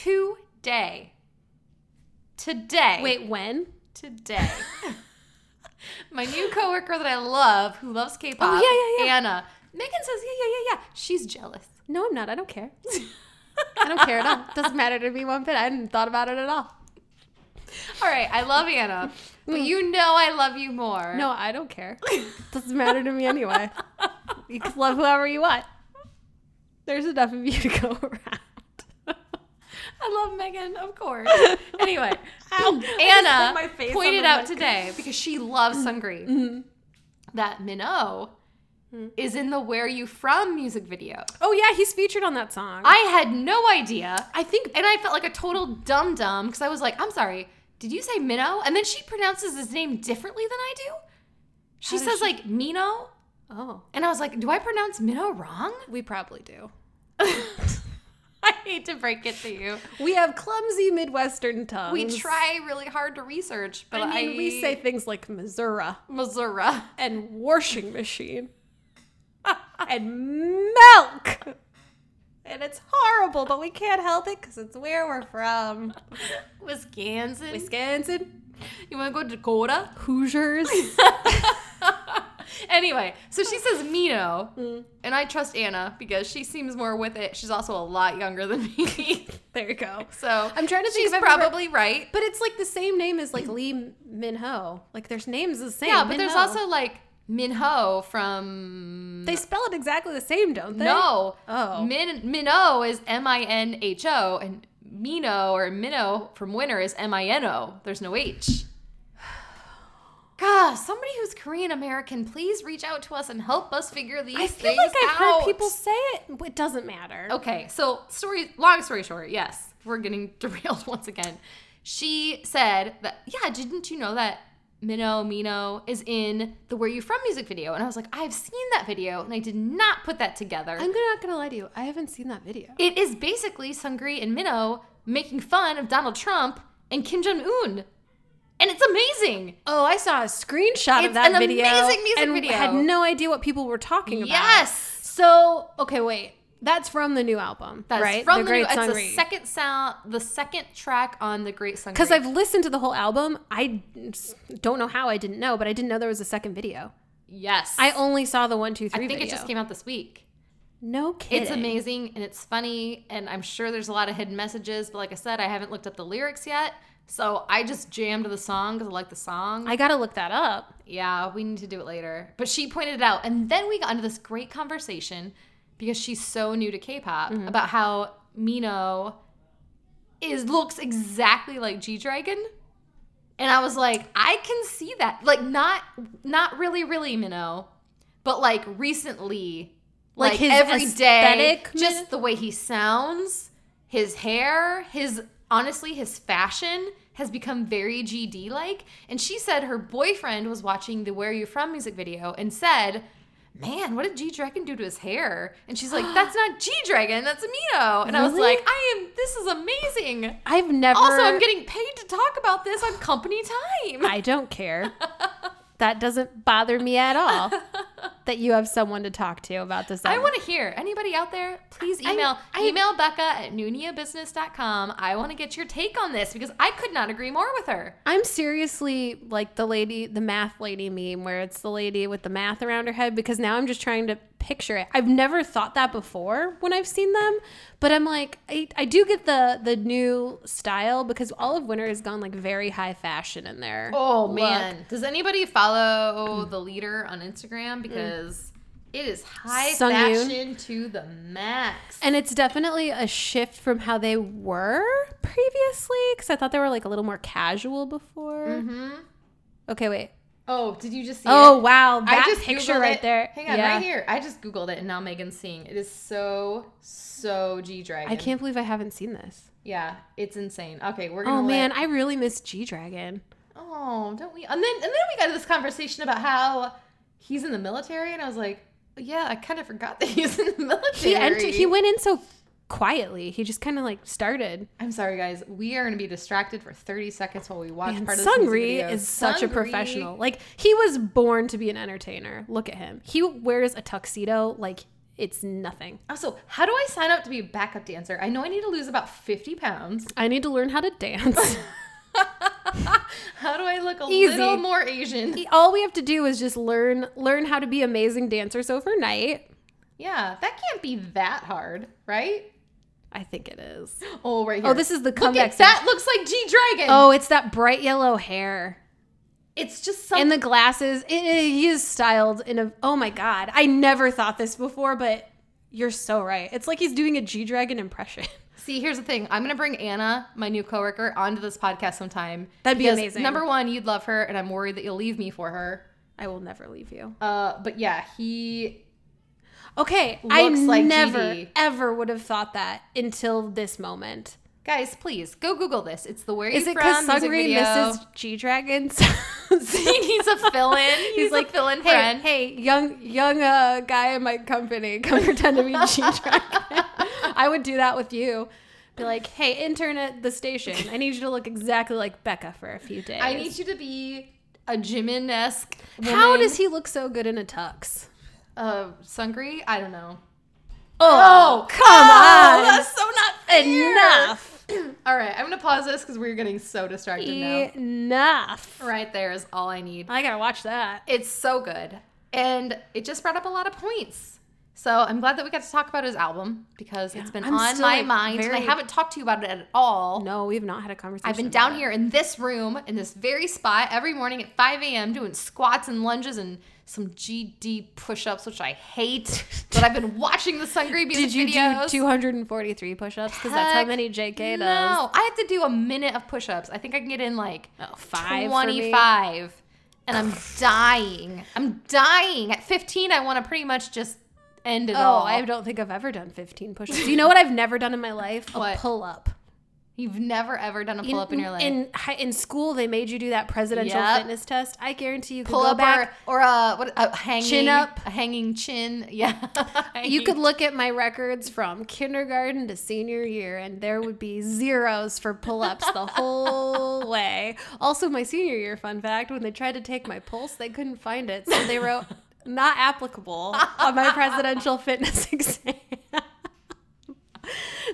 today, today.
Wait, when?
today. My new coworker that I love, who loves K-pop,
Oh, yeah, yeah, yeah.
Anna. Megan says, yeah, yeah, yeah, yeah. She's jealous.
No, I'm not. I don't care. I don't care at all. Doesn't matter to me one bit. I hadn't thought about it at all.
All right, I love Anna, but you know I love you more.
No, I don't care. Doesn't matter to me anyway. You can love whoever you want. There's enough of you to go around.
I love Megan, of course. anyway,
Ow. I
Anna
just hit my face on
pointed
the Mm-hmm.
out
mic.
today because she loves Sungri that Minot
Mm-hmm.
is in the "Where You From" music video.
Oh yeah, he's featured on that song.
I had no idea,
I think
and I felt like a total dum dum because I was like, "I'm sorry, did you say Minot?" And then she pronounces his name differently than I do. She
does
says
she-
like Mino,
Oh,
and I was like, "Do I pronounce Minot wrong?"
we probably do.
I hate to break it to you.
We have clumsy Midwestern tongues.
We try really hard to research, but
I mean, we say things like Missouri
Missouri.
and washing machine and milk. And it's horrible, but we can't help it because it's where we're from.
Wisconsin.
Wisconsin,
you want to go to Dakota?
Hoosiers.
anyway, so she says Mino, and I trust Anna because she seems more with it. She's also a lot younger than me,
there you go.
so
I'm trying to think
she's
if I've ever-
probably right.
But it's like the same name as like Lee Minho. Like there's names the same.
Yeah, but there's
Minho.
also like Minho from
they spell it exactly the same, don't they?
no
Oh.
Min Minho is M I N H O and Mino or Minnow from Winter is M I N O. There's no H. Gosh, somebody who's Korean American, please reach out to us and help us figure these
I feel
things
like I've
out.
heard people say it. but It doesn't matter.
Okay, so story long story short, yes, we're getting derailed once again. She said that yeah, didn't you know that Mino Mino is in the Where You From music video. And I was like, I've seen that video and I did not put that together.
I'm not gonna lie to you. I haven't seen that video.
it is basically Sungri and Minnow making fun of Donald Trump and Kim Jong Un. And it's amazing.
Oh, I saw a screenshot
It's
of that
an
video.
amazing music
and
video.
Had no idea what people were talking about.
Yes.
So okay, wait. That's from the new album,
That's
right?
from the,
Great
new, it's
Sangre.
the second sound, the second track on the Great Sungri.
Because I've listened to the whole album. I don't know how I didn't know, but I didn't know there was a second video.
yes,
I only saw the one, two,
I
three.
think it
video.
just came out this week.
No kidding.
It's amazing and it's funny, and I'm sure there's a lot of hidden messages. But like I said, I haven't looked up the lyrics yet, so I just jammed the song because I like the song.
I gotta look that up.
yeah, we need to do it later. But she pointed it out, and then we got into this great conversation because she's so new to K-pop about how Mino is looks exactly like G Dragon. And I was like, I can see that. Like not not really, really Minnow, but like recently,
Like
like,
his
every day,
aesthetic, Minnow?
just the way he sounds, his hair, his honestly, his fashion has become very GD like. And she said her boyfriend was watching the Where You From music video and said, Man, what did G Dragon do to his hair? And she's like, That's not G Dragon, that's Mino. And I was
Really?
like, I am this is amazing.
I've never.
Also, I'm getting paid to talk about this on company time.
I don't care. that doesn't bother me at all. that you have someone to talk to about this.
I
album.
want to hear. Anybody out there, please
I-
email
I-
email Becca at nooniabusiness.com. I want to get your take on this because I could not agree more with her.
I'm seriously like the lady, the math lady meme, where it's the lady with the math around her head, because now I'm just trying to picture it. I've never thought that before when I've seen them, but I'm like, I, I do get the the new style because all of winter has gone like very high fashion in there.
Oh man, does anybody follow the leader on Instagram because it is high
Sung Yoon.
fashion to the max.
And it's definitely a shift from how they were previously, because I thought they were like a little more casual before.
hmm
Okay, wait.
Oh, did you just see
Oh
it?
wow, that
I just
picture
Googled
right
it.
there.
Hang on,
Yeah.
right here. I just googled it, and now Megan's seeing. It is so so G Dragon.
I can't believe I haven't seen this.
Yeah, it's insane. Okay, we're gonna.
Oh
let-
man, I really miss G Dragon.
Oh, don't we? And then and then we got to this conversation about how he's in the military, and I was like, yeah, I kind of forgot that he's in the military.
He entered, he went in so quietly. He just kind of like started.
I'm sorry, guys. We are going to be distracted for 30 seconds while we watch
And
part of this music
Sungri
video.
is such a
Sungri-
professional. Like he was born to be an entertainer. Look at him. He wears a tuxedo like it's nothing.
Also, how do I sign up to be a backup dancer? I know I need to lose about 50 pounds.
I need to learn how to dance.
How do I look a
Easy.
little more Asian?
e, All we have to do is just learn learn how to be amazing dancers overnight.
Yeah, that can't be that hard, right?
I think it is.
Oh, right here.
Oh, this is the
Look
comeback.
at, that looks like G Dragon.
Oh, it's that bright yellow hair.
it's just some
and the glasses. It, it- he is styled in a. Oh my god! I never thought this before, but you're so right. It's like he's doing a G Dragon impression.
See, here's the thing. I'm gonna bring Anna, my new coworker, onto this podcast sometime.
That'd be
because,
amazing.
Number one, you'd love her, and I'm worried that you'll leave me for her.
I will never leave you.
Uh, but yeah, he.
Okay, I
Looks like
never
GD.
ever would have thought that until this moment.
Guys, please go Google this. It's the Where You
Is it because
From music
Sungri
video.
misses G Dragon?
he needs a fill-in. He's, like fill-in
hey,
friend.
Hey, young young uh, guy in my company, come pretend to be G Dragon. I would do that with you. Be like, hey, intern at the station. I need you to look exactly like Becca for a few days.
I need you to be a Jimin-esque.
How does he look so good in a tux?
uh Sungri? I don't know.
Oh, come on.
that's so not fair.
enough.
All right, I'm gonna pause this because we're getting so distracted now.
Enough.
Right there is all I need.
I gotta watch that.
It's so good. And it just brought up a lot of points. So I'm glad that we got to talk about his album because it's been
I'm
on
still,
my
like,
mind and I
very-
haven't talked to you about it at all.
No, we've not had a conversation.
I've been
about
down
it.
here in this room, in this very spot, every morning at 5 a.m., doing squats and lunges and some GD push ups, which I hate. but I've been watching the Sungry music
Did you
videos.
do 243 push-ups? Because that's how
Heck
many JK does.
no, I have to do a minute of push ups. I think I can get in like
Oh, five for me.
25. And I'm dying. I'm dying. At 15, I want to pretty much just end it
Oh,
all.
I don't think I've ever done 15 push-ups. You know what I've never done in my life? A
What?
pull-up.
You've never ever done a pull up in your life.
In hi- in school, they made you do that presidential
Yep.
fitness test. I guarantee you could
pull
go
up
back.
or, or a what a hanging
up.
a hanging chin. Yeah,
you could look at my records from kindergarten to senior year, and there would be zeros for pull ups the whole way. Also, my senior year, fun fact when they tried to take my pulse, they couldn't find it. So they wrote, not applicable on my presidential fitness exam.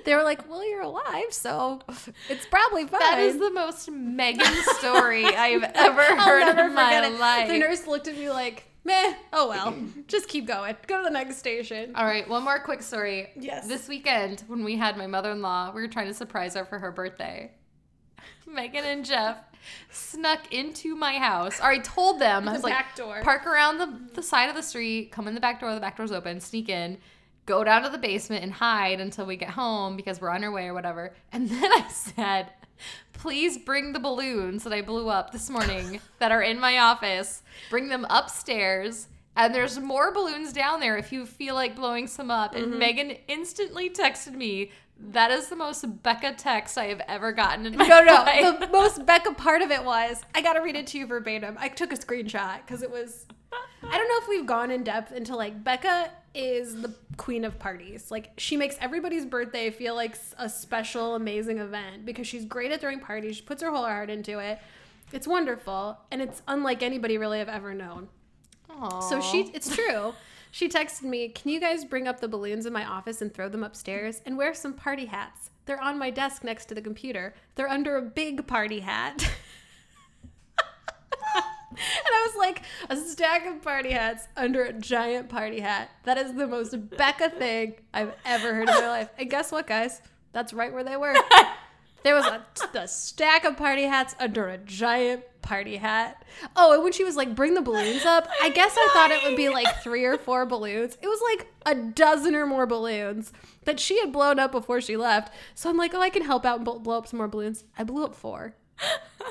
they were like, well, you're alive, so it's probably fine.
That is the most Megan story I've ever heard
I'll never
in my
forget it.
life.
The nurse looked at me like, meh, oh well, just keep going. Go to the next station.
All right, one more quick story.
Yes.
This weekend, when we had my mother in law, we were trying to surprise her for her birthday. Megan and Jeff snuck into my house. Or I told them, I was like,
back door.
park around the, the side of the street, come in the back door, the back door's open, sneak in, go down to the basement and hide until we get home because we're on our way or whatever. And then I said, please bring the balloons that I blew up this morning that are in my office, bring them upstairs. And there's more balloons down there if you feel like blowing some up.
Mm-hmm.
And Megan instantly texted me, that is the most Becca text I have ever gotten in my
No, no.
life.
The most Becca part of it was I gotta read it to you verbatim. I took a screenshot because it was. I don't know if we've gone in depth into like Becca is the queen of parties. Like she makes everybody's birthday feel like s- a special, amazing event because she's great at throwing parties. She puts her whole heart into it. It's wonderful, and it's unlike anybody really I've ever known.
Aw.
So she, it's true. She texted me, "Can you guys bring up the balloons in my office and throw them upstairs and wear some party hats? They're on my desk next to the computer. They're under a big party hat." and I was like, "A stack of party hats under a giant party hat. That is the most Becca thing I've ever heard in my life." And guess what, guys? That's right where they were. There was a, a stack of party hats under a giant party hat. Oh, and when she was like, bring the balloons up, I guess I thought it would be like three or four balloons. It was like a dozen or more balloons that she had blown up before she left. So I'm like, oh, I can help out and bl- blow up some more balloons. I blew up four.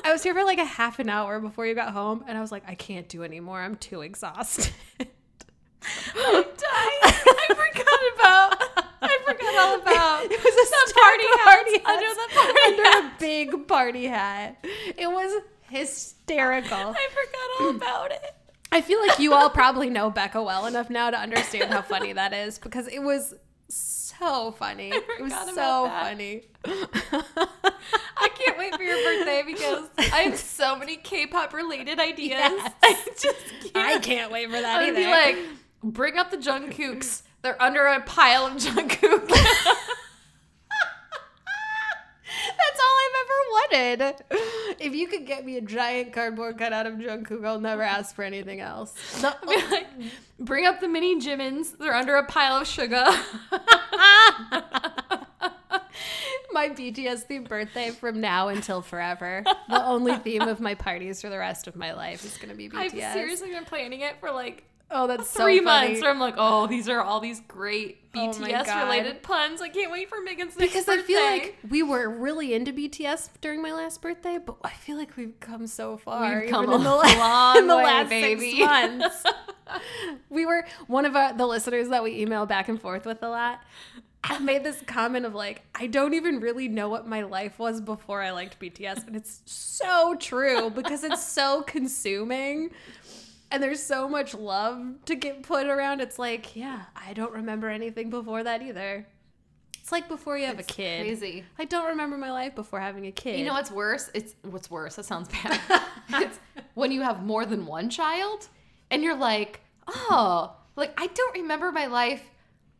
I was here for like a half an hour before you got home, and I was like, I can't do anymore. I'm too exhausted.
I'm dying. I forgot about. I forgot all about
it was a
the
stack
party,
of
party
hats
under the party
under
hat.
a big party hat. It was hysterical.
I forgot all about it.
I feel like you all probably know Becca well enough now to understand how funny that is because it was so funny. It was
forgot
so
about that.
funny.
I can't wait for your birthday because I have so many K-pop related ideas.
Yes.
I just can't.
I can't wait for that
I'm gonna
either.
be like, bring up the Junkooks. They're under a pile of Jungkook.
That's all I've ever wanted. If you could get me a giant cardboard cutout of Jungkook, I'll never ask for anything else. The
I'll be like, bring up the mini Jimmins. They're under a pile of sugar.
my BTS theme birthday from now until forever. The only theme of my parties for the rest of my life is going to be BTS.
I've seriously been planning it for like
oh, that's so
three
funny.
months where I'm like, oh, these are all these great
Oh my
BTS
God.
related puns. I can't wait for Megan's next
because I feel
birthday.
like we were really into BTS during my last birthday, but I feel like we've come so far.
We've come
even in
a
the la-
long
in the
way,
last
baby.
six months. we were one of our, the listeners that we email back and forth with a lot. I made this comment of like, I don't even really know what my life was before I liked BTS, and it's so true because it's so consuming. And there's so much love to get put around. It's like, yeah, I don't remember anything before that either. It's like before you have a kid.
crazy.
I don't remember my life before having a kid.
You know what's worse? It's what's worse. That sounds bad. it's when you have more than one child, and you're like, oh, like I don't remember my life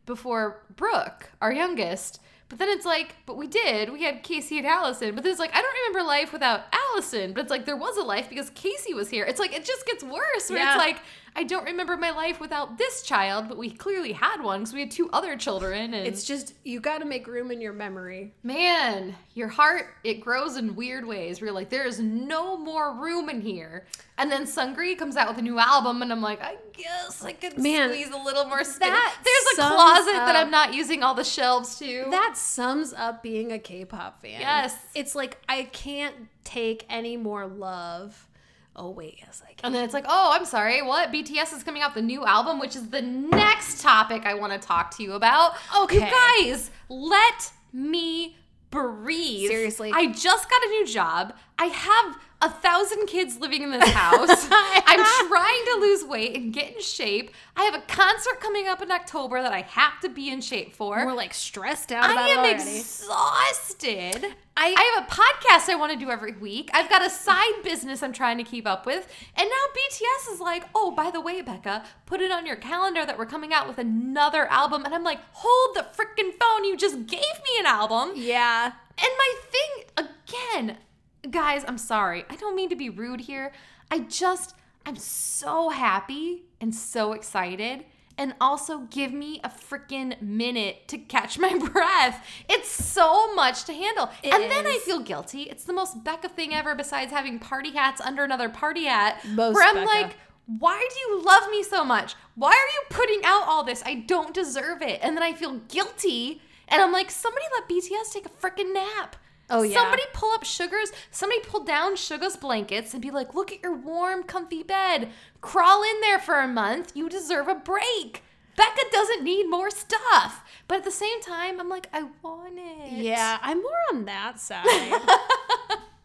before Brooke, our youngest. But then it's like, but we did. We had Casey and Allison. But then it's like, I don't remember life without Allison. But it's like there was a life because Casey was here. It's like it just gets worse. Where
Yeah.
it's like I don't remember my life without this child, but we clearly had one because we had two other children. And
It's just you got to make room in your memory.
Man, your heart it grows in weird ways. Where you're like, there is no more room in here. And then Sungri comes out with a new album, and I'm like, I guess I could
Man,
squeeze a little more space.
that
There's a
sums
closet that
up-
I'm not using all the shelves to.
That sums up being a K-pop fan.
Yes.
It's like I can't take any more love. Oh wait, yes I can.
and then it's like, oh, I'm sorry, what? BTS is coming out the new album, which is the next topic I want to talk to you about. You
Okay.
guys, let me breathe.
Seriously.
I just got a new job. I have a thousand kids living in this house. I'm trying to lose weight and get in shape. I have a concert coming up in October that I have to be in shape for.
We're like stressed out about
I
it
am
already.
exhausted.
I-
I have a podcast I want to do every week. I've got a side business I'm trying to keep up with. And now BTS is like, oh, by the way, Becca, put it on your calendar that we're coming out with another album. And I'm like, hold the freaking phone. You just gave me an album.
yeah.
And my thing again, guys, I'm sorry. I don't mean to be rude here. I just I'm so happy and so excited. And also give me a freaking minute to catch my breath. It's so much to handle. and then I
is.
feel guilty. It's the most Becca thing ever besides having party hats under another party hat.
Most
where I'm
Becca.
like, why do you love me so much? Why are you putting out all this? I don't deserve it. And then I feel guilty. And I'm like, somebody let BTS take a freaking nap.
Oh, yeah.
Somebody pull up Sugar's, somebody pull down Sugar's blankets and be like, look at your warm, comfy bed. Crawl in there for a month. You deserve a break. Becca doesn't need more stuff. But at the same time, I'm like, I want it.
Yeah, I'm more on that side.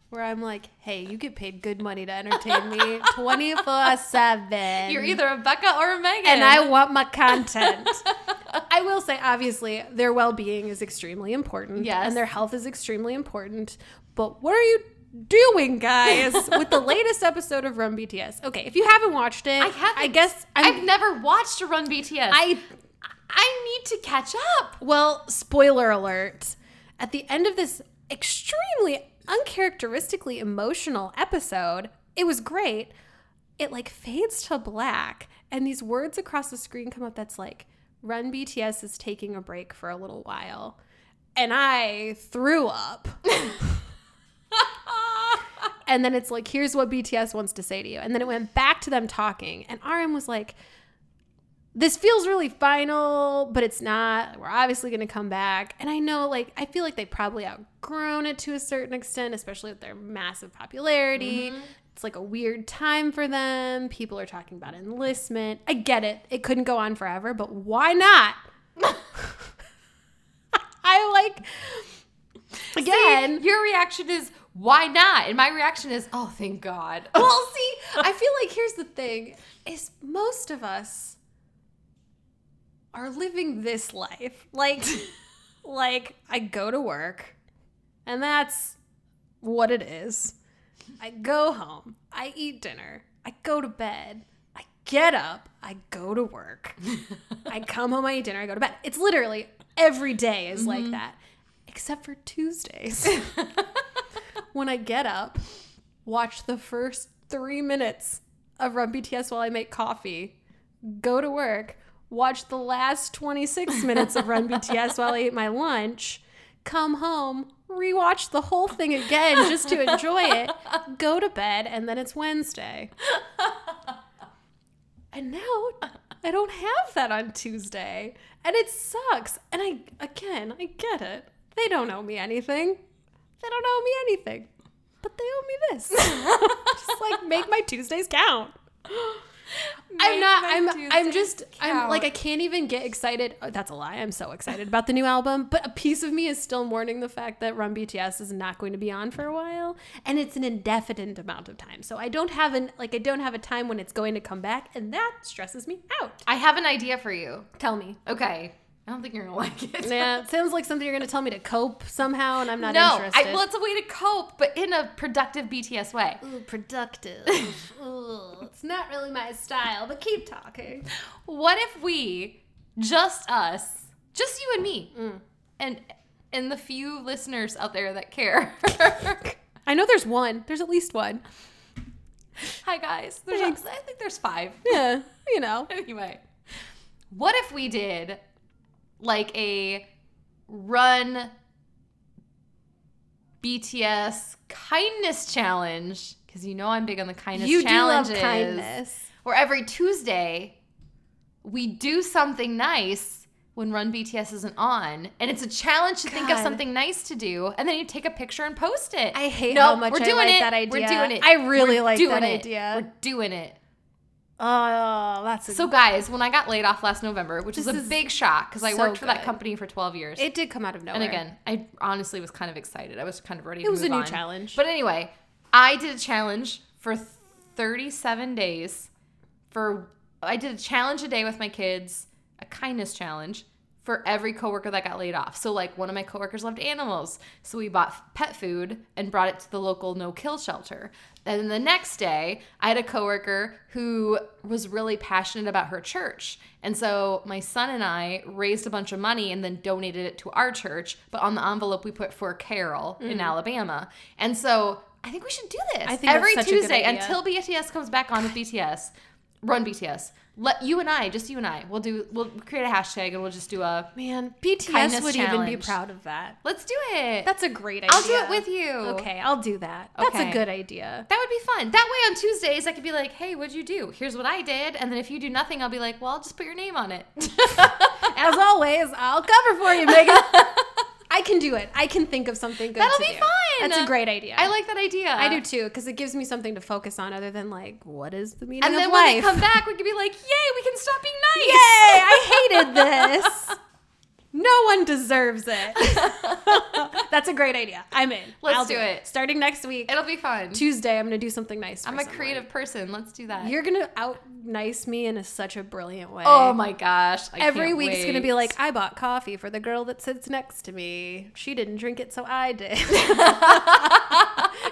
Where I'm like, hey, you get paid good money to entertain me 24 7.
You're either a Becca or a Megan.
And I want my content. I will say, obviously, their well being is extremely important.
Yes.
And their health is extremely important. But what are you doing, guys, with the latest episode of Run BTS? Okay, if you haven't watched it,
I haven't.
I guess
i
I'm,
have never watched a Run BTS.
I
I need to catch up.
Well, spoiler alert. At the end of this extremely uncharacteristically emotional episode, it was great. It like fades to black, and these words across the screen come up that's like, Run BTS is taking a break for a little while. And I threw up. and then it's like, here's what BTS wants to say to you. And then it went back to them talking. And RM was like, this feels really final, but it's not. We're obviously going to come back. And I know, like, I feel like they've probably outgrown it to a certain extent, especially with their massive popularity. It's like a weird time for them. People are talking about enlistment. I get it. It couldn't go on forever, but why not? I like, again,
Your reaction is why not? And my reaction is oh thank God.
well, see, I feel like here's the thing: is most of us are living this life. Like, like I go to work, and that's what it is. I go home. I eat dinner. I go to bed. I get up. I go to work. I come home. I eat dinner. I go to bed. It's literally every day is like that, except for Tuesdays when I get up, watch the first three minutes of Run BTS while I make coffee, go to work, watch the last 26 minutes of Run BTS while I eat my lunch, come home, rewatch the whole thing again just to enjoy it, go to bed, and then it's Wednesday. And now I don't have that on Tuesday. And it sucks. And I, again, I get it. They don't owe me anything. They don't owe me anything, but they owe me this. just like make my Tuesdays count. I'm
Make
not.
my
I'm. I'm
Tuesdays
just. I'm
count.
like. I can't even get excited. oh, that's a lie. I'm so excited about the new album, but a piece of me is still mourning the fact that Run BTS is not going to be on for a while, and it's an indefinite amount of time. So I don't have an like. I don't have a time when it's going to come back, and that stresses me out.
I have an idea for you.
Tell me.
Okay. I don't think you're gonna like it.
Yeah, it sounds like something you're going to tell me to cope somehow, and I'm not
no,
interested.
I, well, it's a way to cope, but in a productive BTS way.
productive. it's not really my style, but keep talking.
What if we, just us, just you and me,
Mm.
and and the few listeners out there that care.
I know there's one. There's at least one.
Hi guys. There's
Thanks.
I think there's five.
Yeah, you know.
anyway, what if we did like a run BTS kindness challenge? Because you know I'm big on the kindness
You do love
challenges.
kindness.
Where every Tuesday we do something nice when Run BTS isn't on, and it's a challenge to think of
God.
something nice to do, and then you take a picture and post it.
I hate
No,
how much
we're
I
doing
like
it.
that idea.
We're doing it.
I really
We're
like
doing
that
it.
idea.
We're doing it.
Oh, that's a
So, guys, when I got laid off last November, which is
This
a
is
big shock because I
so
worked for that
good.
company for 12 years.
It did come out of nowhere.
and again, I honestly was kind of excited. I was kind of ready to
was a
move
new
on.
challenge.
But anyway, I did a challenge for 37 days. For I did a challenge a day with my kids, a kindness challenge for every coworker that got laid off. So like one of my coworkers loved animals, so we bought pet food and brought it to the local no-kill shelter. And then the next day, I had a coworker who was really passionate about her church. And so my son and I raised a bunch of money and then donated it to our church, but on the envelope we put for Carol in Alabama. And so I think we should do this
Mm-hmm. I think that's
every
such a good
Tuesday
idea.
until BTS comes back on with BTS. Run BTS. Let you and I, just you and I, we'll do. We'll create a hashtag and we'll just do a.
man, BTS
Kindness
would even be
challenge.
proud of that.
Let's do it.
That's a great idea.
I'll do it with you.
Okay, I'll do that. That's
Okay.
a good idea.
That would be fun. That way on Tuesdays I could be like, "Hey, what'd you do? Here's what I did." And then if you do nothing, I'll be like, "Well, I'll just put your name on it."
As always, I'll cover for you, Megan. I can do it. I can think of something good.
That'll
to
be
do.
fun.
That's a great idea.
I like that idea.
I do too, because it gives me something to focus on other than like, what is the meaning
And
of
then when
life?
they come back, we could be like, "Yay, we can stop being nice."
Yay! I hated this. No one deserves it. That's a great idea. I'm in.
Let's
I'll
do it.
Starting next week,
It'll be fun.
Tuesday, I'm gonna do something nice. for
I'm a
someone.
creative person. Let's do that.
You're gonna out nice me in a, such a brilliant way.
oh my gosh! I
Every
can't
week's gonna be
wait.
like, I bought coffee for the girl that sits next to me. She didn't drink it, so I did.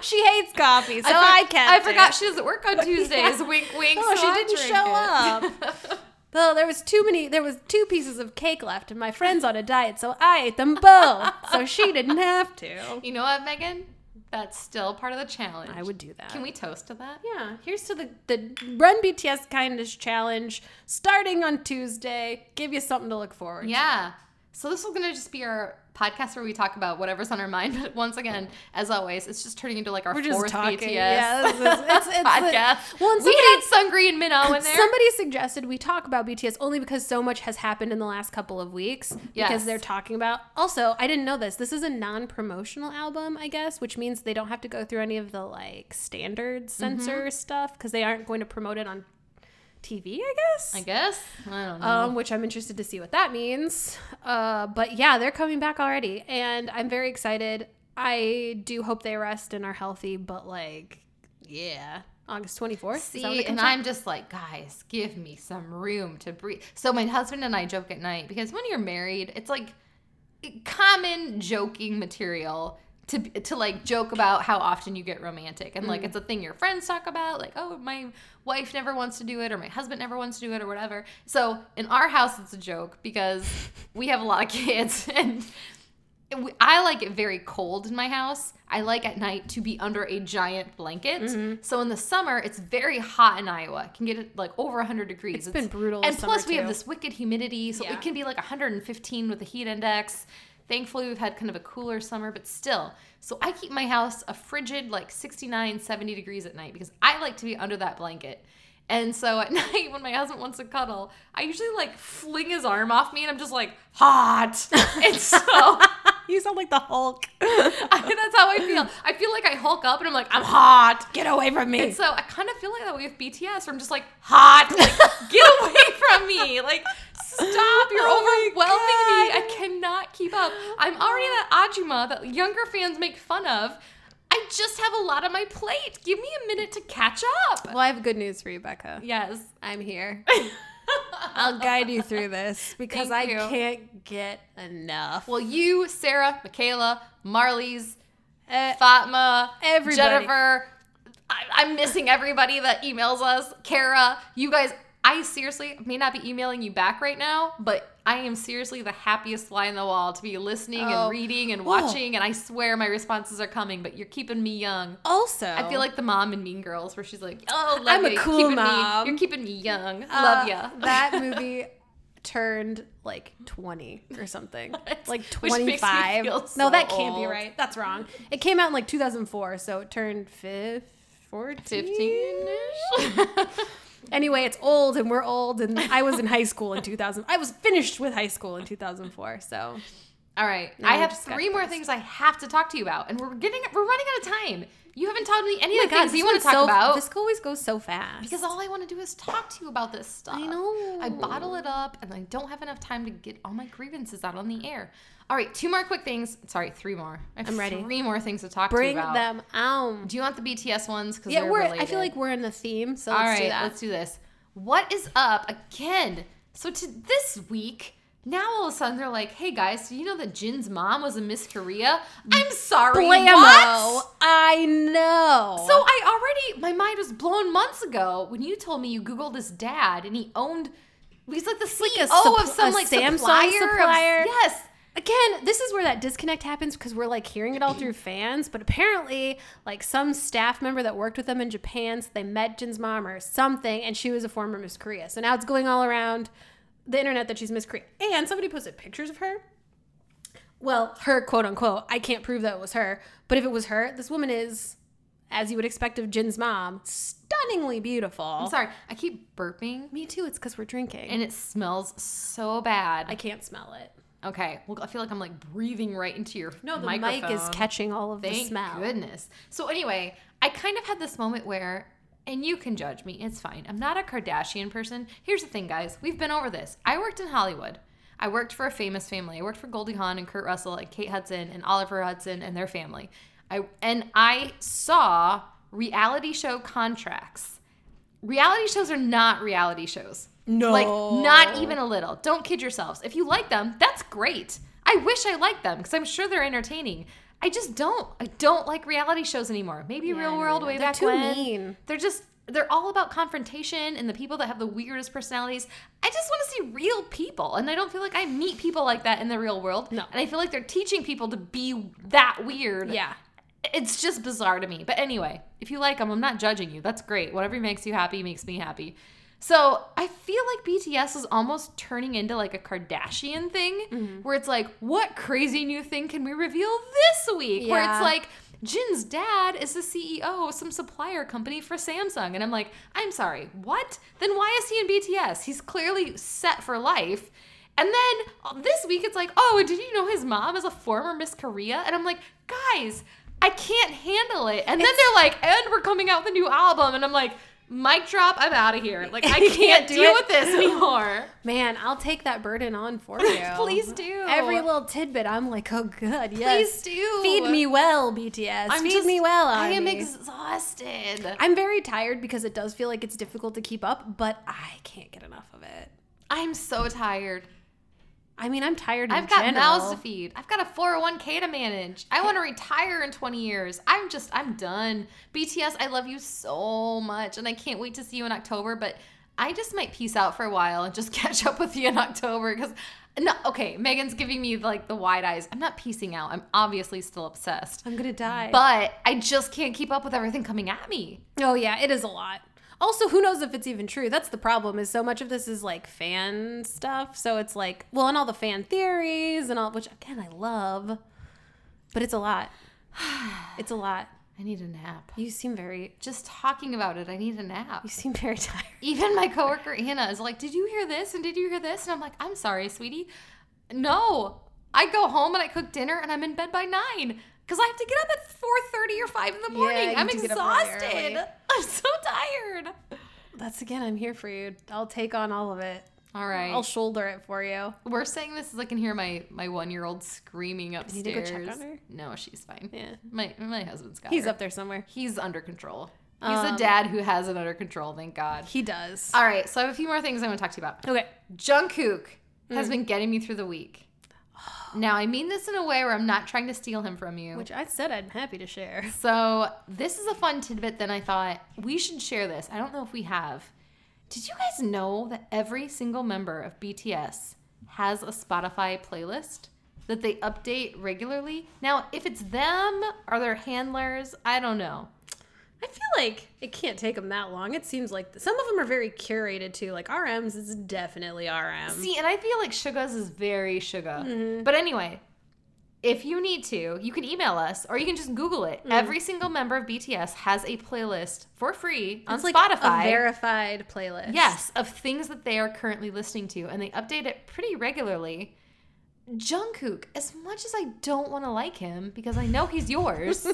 she hates coffee, so
for-
I, kept.
I forgot
It.
she doesn't work on Tuesdays. Wink, wink.
Oh,
so
she
I
didn't
drink
show
it.
up. Well, there was too many. There was two pieces of cake left, and my friend's on a diet, so I ate them both. so she didn't have to.
You know what, Megan? That's still part of the challenge.
I would do that.
Can we toast to that?
Yeah, here's to the the Run BTS Kindness Challenge starting on Tuesday. Give you something to look forward. to.
Yeah. So this is going to just be our podcast where we talk about whatever's on our mind. But once again, as always, it's just turning into like our
we're just
fourth
talking.
BTS
Yeah, this is- it's, it's,
podcast.
well, and
we
somebody,
had Sungri and Minho in there.
somebody suggested we talk about BTS only because so much has happened in the last couple of weeks.
Yes.
Because they're talking about. Also, I didn't know this. This is a non-promotional album, I guess, which means they don't have to go through any of the like
Mm-hmm.
standard censor stuff because they aren't going to promote it on TV. I guess.
I guess. I don't know.
um, which I'm interested to see what that means. Uh, but yeah, they're coming back already, and I'm very excited. I do hope they rest and are healthy, but like, yeah, August 24th. is that when it
See,
comes
and
out?
I'm just like, guys, give me some room to breathe. So my husband and I joke at night because when you're married, it's like common joking material to to like joke about how often you get romantic and
Mm.
like it's a thing your friends talk about like oh my wife never wants to do it or my husband never wants to do it or whatever. So in our house it's a joke because we have a lot of kids and we- I like it very cold in my house. I like at night to be under a giant blanket.
Mm-hmm.
So in the summer, it's very hot in Iowa. It can get like over 100 degrees.
It's been brutal
And
this
plus,
summer,
we have
too.
this wicked humidity, so
Yeah.
it can be like 115 with the heat index. Thankfully, we've had kind of a cooler summer, but still. So I keep my house a frigid like 69, 70 degrees at night because I like to be under that blanket. And so at night, when my husband wants to cuddle, I usually like fling his arm off me, and I'm just like hot. and so
you sound like the Hulk.
I, that's how I feel. I feel like I hulk up and I'm like, I'm hot.
Get away from me.
And so I kind of feel like that way with BTS, where I'm just like, hot. Like, get away from me. Like, stop. You're
Oh my
overwhelming me.
God.
I cannot keep up. I'm already that Ajuma that younger fans make fun of. I just have a lot on my plate. Give me a minute to catch up.
well, I have good news for you, Becca.
Yes.
I'm here. I'll guide you through this because
Thank
I
you.
can't get enough.
Well, you, Sarah, Michaela, Marley's,
Eh,
Fatma,
Everybody.
Jennifer. I, I'm missing everybody that emails us. Kara, you guys, I seriously may not be emailing you back right now, but I am seriously the happiest fly in the wall to be listening
Oh.
and reading and watching. And I swear my responses are coming, but you're keeping me young.
also,
I feel like the mom in Mean Girls, where she's like, "Oh, love
Oh. I'm a
you.
cool
keeping
mom.
Me, you're keeping me young.
Uh,
love ya."
that movie turned like 20 or something. like
Which makes me
25.
feel
no,
so
that can't be
old.
right. That's wrong. It came out in like 2004, so it turned 5 14.
Fifteen-ish.
Anyway, it's old and we're old and I was in high school in 2000. I was finished with high school in 2004, so
All right.
No,
I
we
have
just got
three more
depressed.
things I have to talk to you about, and we're getting we're running out of time. You haven't told me any
Oh
of the
my God,
things
this
you want
one's
to talk
so-
about
This always goes so fast.
because all I want to do is talk to you about this stuff.
I know.
I bottle it up, and I don't have enough time to get all my grievances out on the air. All right, two more quick things. Sorry, three more. I have
I'm ready.
Three more things to talk
Bring
to you about.
them out.
Do you want the BTS ones? 'Cause
Yeah,
they're
we're. I
related.
feel like we're in the theme, so
All
let's do
right,
that.
let's do this. What is up again? So to this week, now all of a sudden they're like, "Hey guys, do you know that Jin's mom was a Miss Korea?" I'm sorry,
Blammo!
what?
I know.
So I already my mind was blown months ago when you told me you googled his dad and he owned he's like the CEO
a
of
supp-
some
a
like
Samsung
supplier. of-
supplier.
yes.
again, this is where that disconnect happens because we're like hearing it all through fans, but apparently, like some staff member that worked with them in Japan, so they met Jin's mom or something, and she was a former Miss Korea. So now it's going all around the internet that she's Miss Korea. And somebody posted pictures of her. Well, her quote unquote. I can't prove that it was her, but if it was her, this woman is, as you would expect of Jin's mom, stunningly beautiful.
I'm sorry. I keep burping
Me too. It's because we're drinking.
and
And
it smells so bad.
I can't smell it.
okay. Well, I feel like I'm like breathing right into your
No, the mic is
microphone.
catching all of
Thank
the smell.
goodness. So anyway, I kind of had this moment where, and you can judge me, it's fine. I'm not a Kardashian person. Here's the thing, guys. We've been over this. I worked in Hollywood. I worked for a famous family. I worked for Goldie Hawn and Kurt Russell and Kate Hudson and Oliver Hudson and their family. I and I saw reality show contracts. Reality shows are not reality shows.
No.
Like not even a little. Don't kid yourselves. If you like them, that's great. I wish I liked them because I'm sure they're entertaining. I just don't. I don't like reality shows anymore. Maybe Real
I
World
know.
way
They're
back
too
when.
mean.
They're just they're all about confrontation and the people that have the weirdest personalities. I just want to see real people, and I don't feel like I meet people like that in the real world.
No.
and I feel like they're teaching people to be that weird.
Yeah.
It's just bizarre to me. But anyway, if you like them, I'm not judging you. That's great. Whatever makes you happy makes me happy. So I feel like BTS is almost turning into like a Kardashian thing where it's like, what crazy new thing can we reveal this week? Where
Yeah.
it's like, Jin's dad is the CEO of some supplier company for Samsung. And I'm like, I'm sorry, what? Then why is he in BTS? He's clearly set for life. And then uh, this week it's like, oh, and did you know his mom is a former Miss Korea? And I'm like, guys, I can't handle it. And then they're like, and we're coming out with a new album. And I'm like, mic drop, I'm out of here. Like, I
You
can't,
can't do
deal
it.
with this anymore.
Man, I'll take that burden on for you.
Please do.
Every little tidbit, I'm like, oh, good.
Please
Yes.
do.
Feed me well, BTS.
I'm
Feed
just-
me well.
I am
Army.
exhausted.
I'm very tired because it does feel like it's difficult to keep up, but I can't get enough of it.
I'm so tired.
I mean, I'm tired. In
I've got
general.
mouths to feed. I've got a 401k to manage. I want to retire in 20 years. I'm just, I'm done. BTS, I love you so much. And I can't wait to see you in October, but I just might peace out for a while and just catch up with you in October because. No, okay. Megan's giving me like the wide eyes. I'm not piecing out. I'm obviously still obsessed,
I'm gonna die.
but I just can't keep up with everything coming at me.
Oh yeah, it is a lot. Also, who knows if it's even true? That's the problem. Is so much of this is like fan stuff. So it's like, well, and all the fan theories and all, which again I love, but it's a lot. It's a lot.
I need a nap.
You seem very,
Just talking about it, I need a nap.
you seem very tired.
even my coworker Anna is like, "Did you hear this? And did you hear this?" And I'm like, "I'm sorry, sweetie. No, I go home and I cook dinner and I'm in bed by nine because I have to get up at four thirty or five in the morning.
you
I'm
do get up really
exhausted.
early.
I'm so tired.
That's again, I'm here for you. I'll take on all of it.
All right,
I'll shoulder it for you.
we're saying this as I can hear my my one year old screaming
need
upstairs.
to go check on her?
No, she's fine.
Yeah,
My my husband's got.
he's
her.
up there somewhere.
He's under control. He's a
Um,
dad who has it under control. Thank God.
He does.
All right, so I have a few more things I want to talk to you about.
Okay.
Jungkook has been getting me through the week. Now, I mean this in a way where I'm not trying to steal him from you.
Which I said I'm happy to share.
so, this is a fun tidbit Then I thought we should share this. I don't know if we have. Did you guys know that every single member of BTS has a Spotify playlist that they update regularly? Now, if it's them or their handlers, I don't know.
I feel like it can't take them that long. It seems like some of them are very curated too. Like RMs is definitely RM.
See, and I feel like Suga's is very Suga.
Mm-hmm.
But anyway, if you need to, you can email us or you can just Google
Mm-hmm.
it. Every single member of BTS has a playlist for free on
it's like
Spotify.
a verified playlist.
yes, of things that they are currently listening to, and they update it pretty regularly. Jungkook, as much as I don't want to like him because I know he's yours,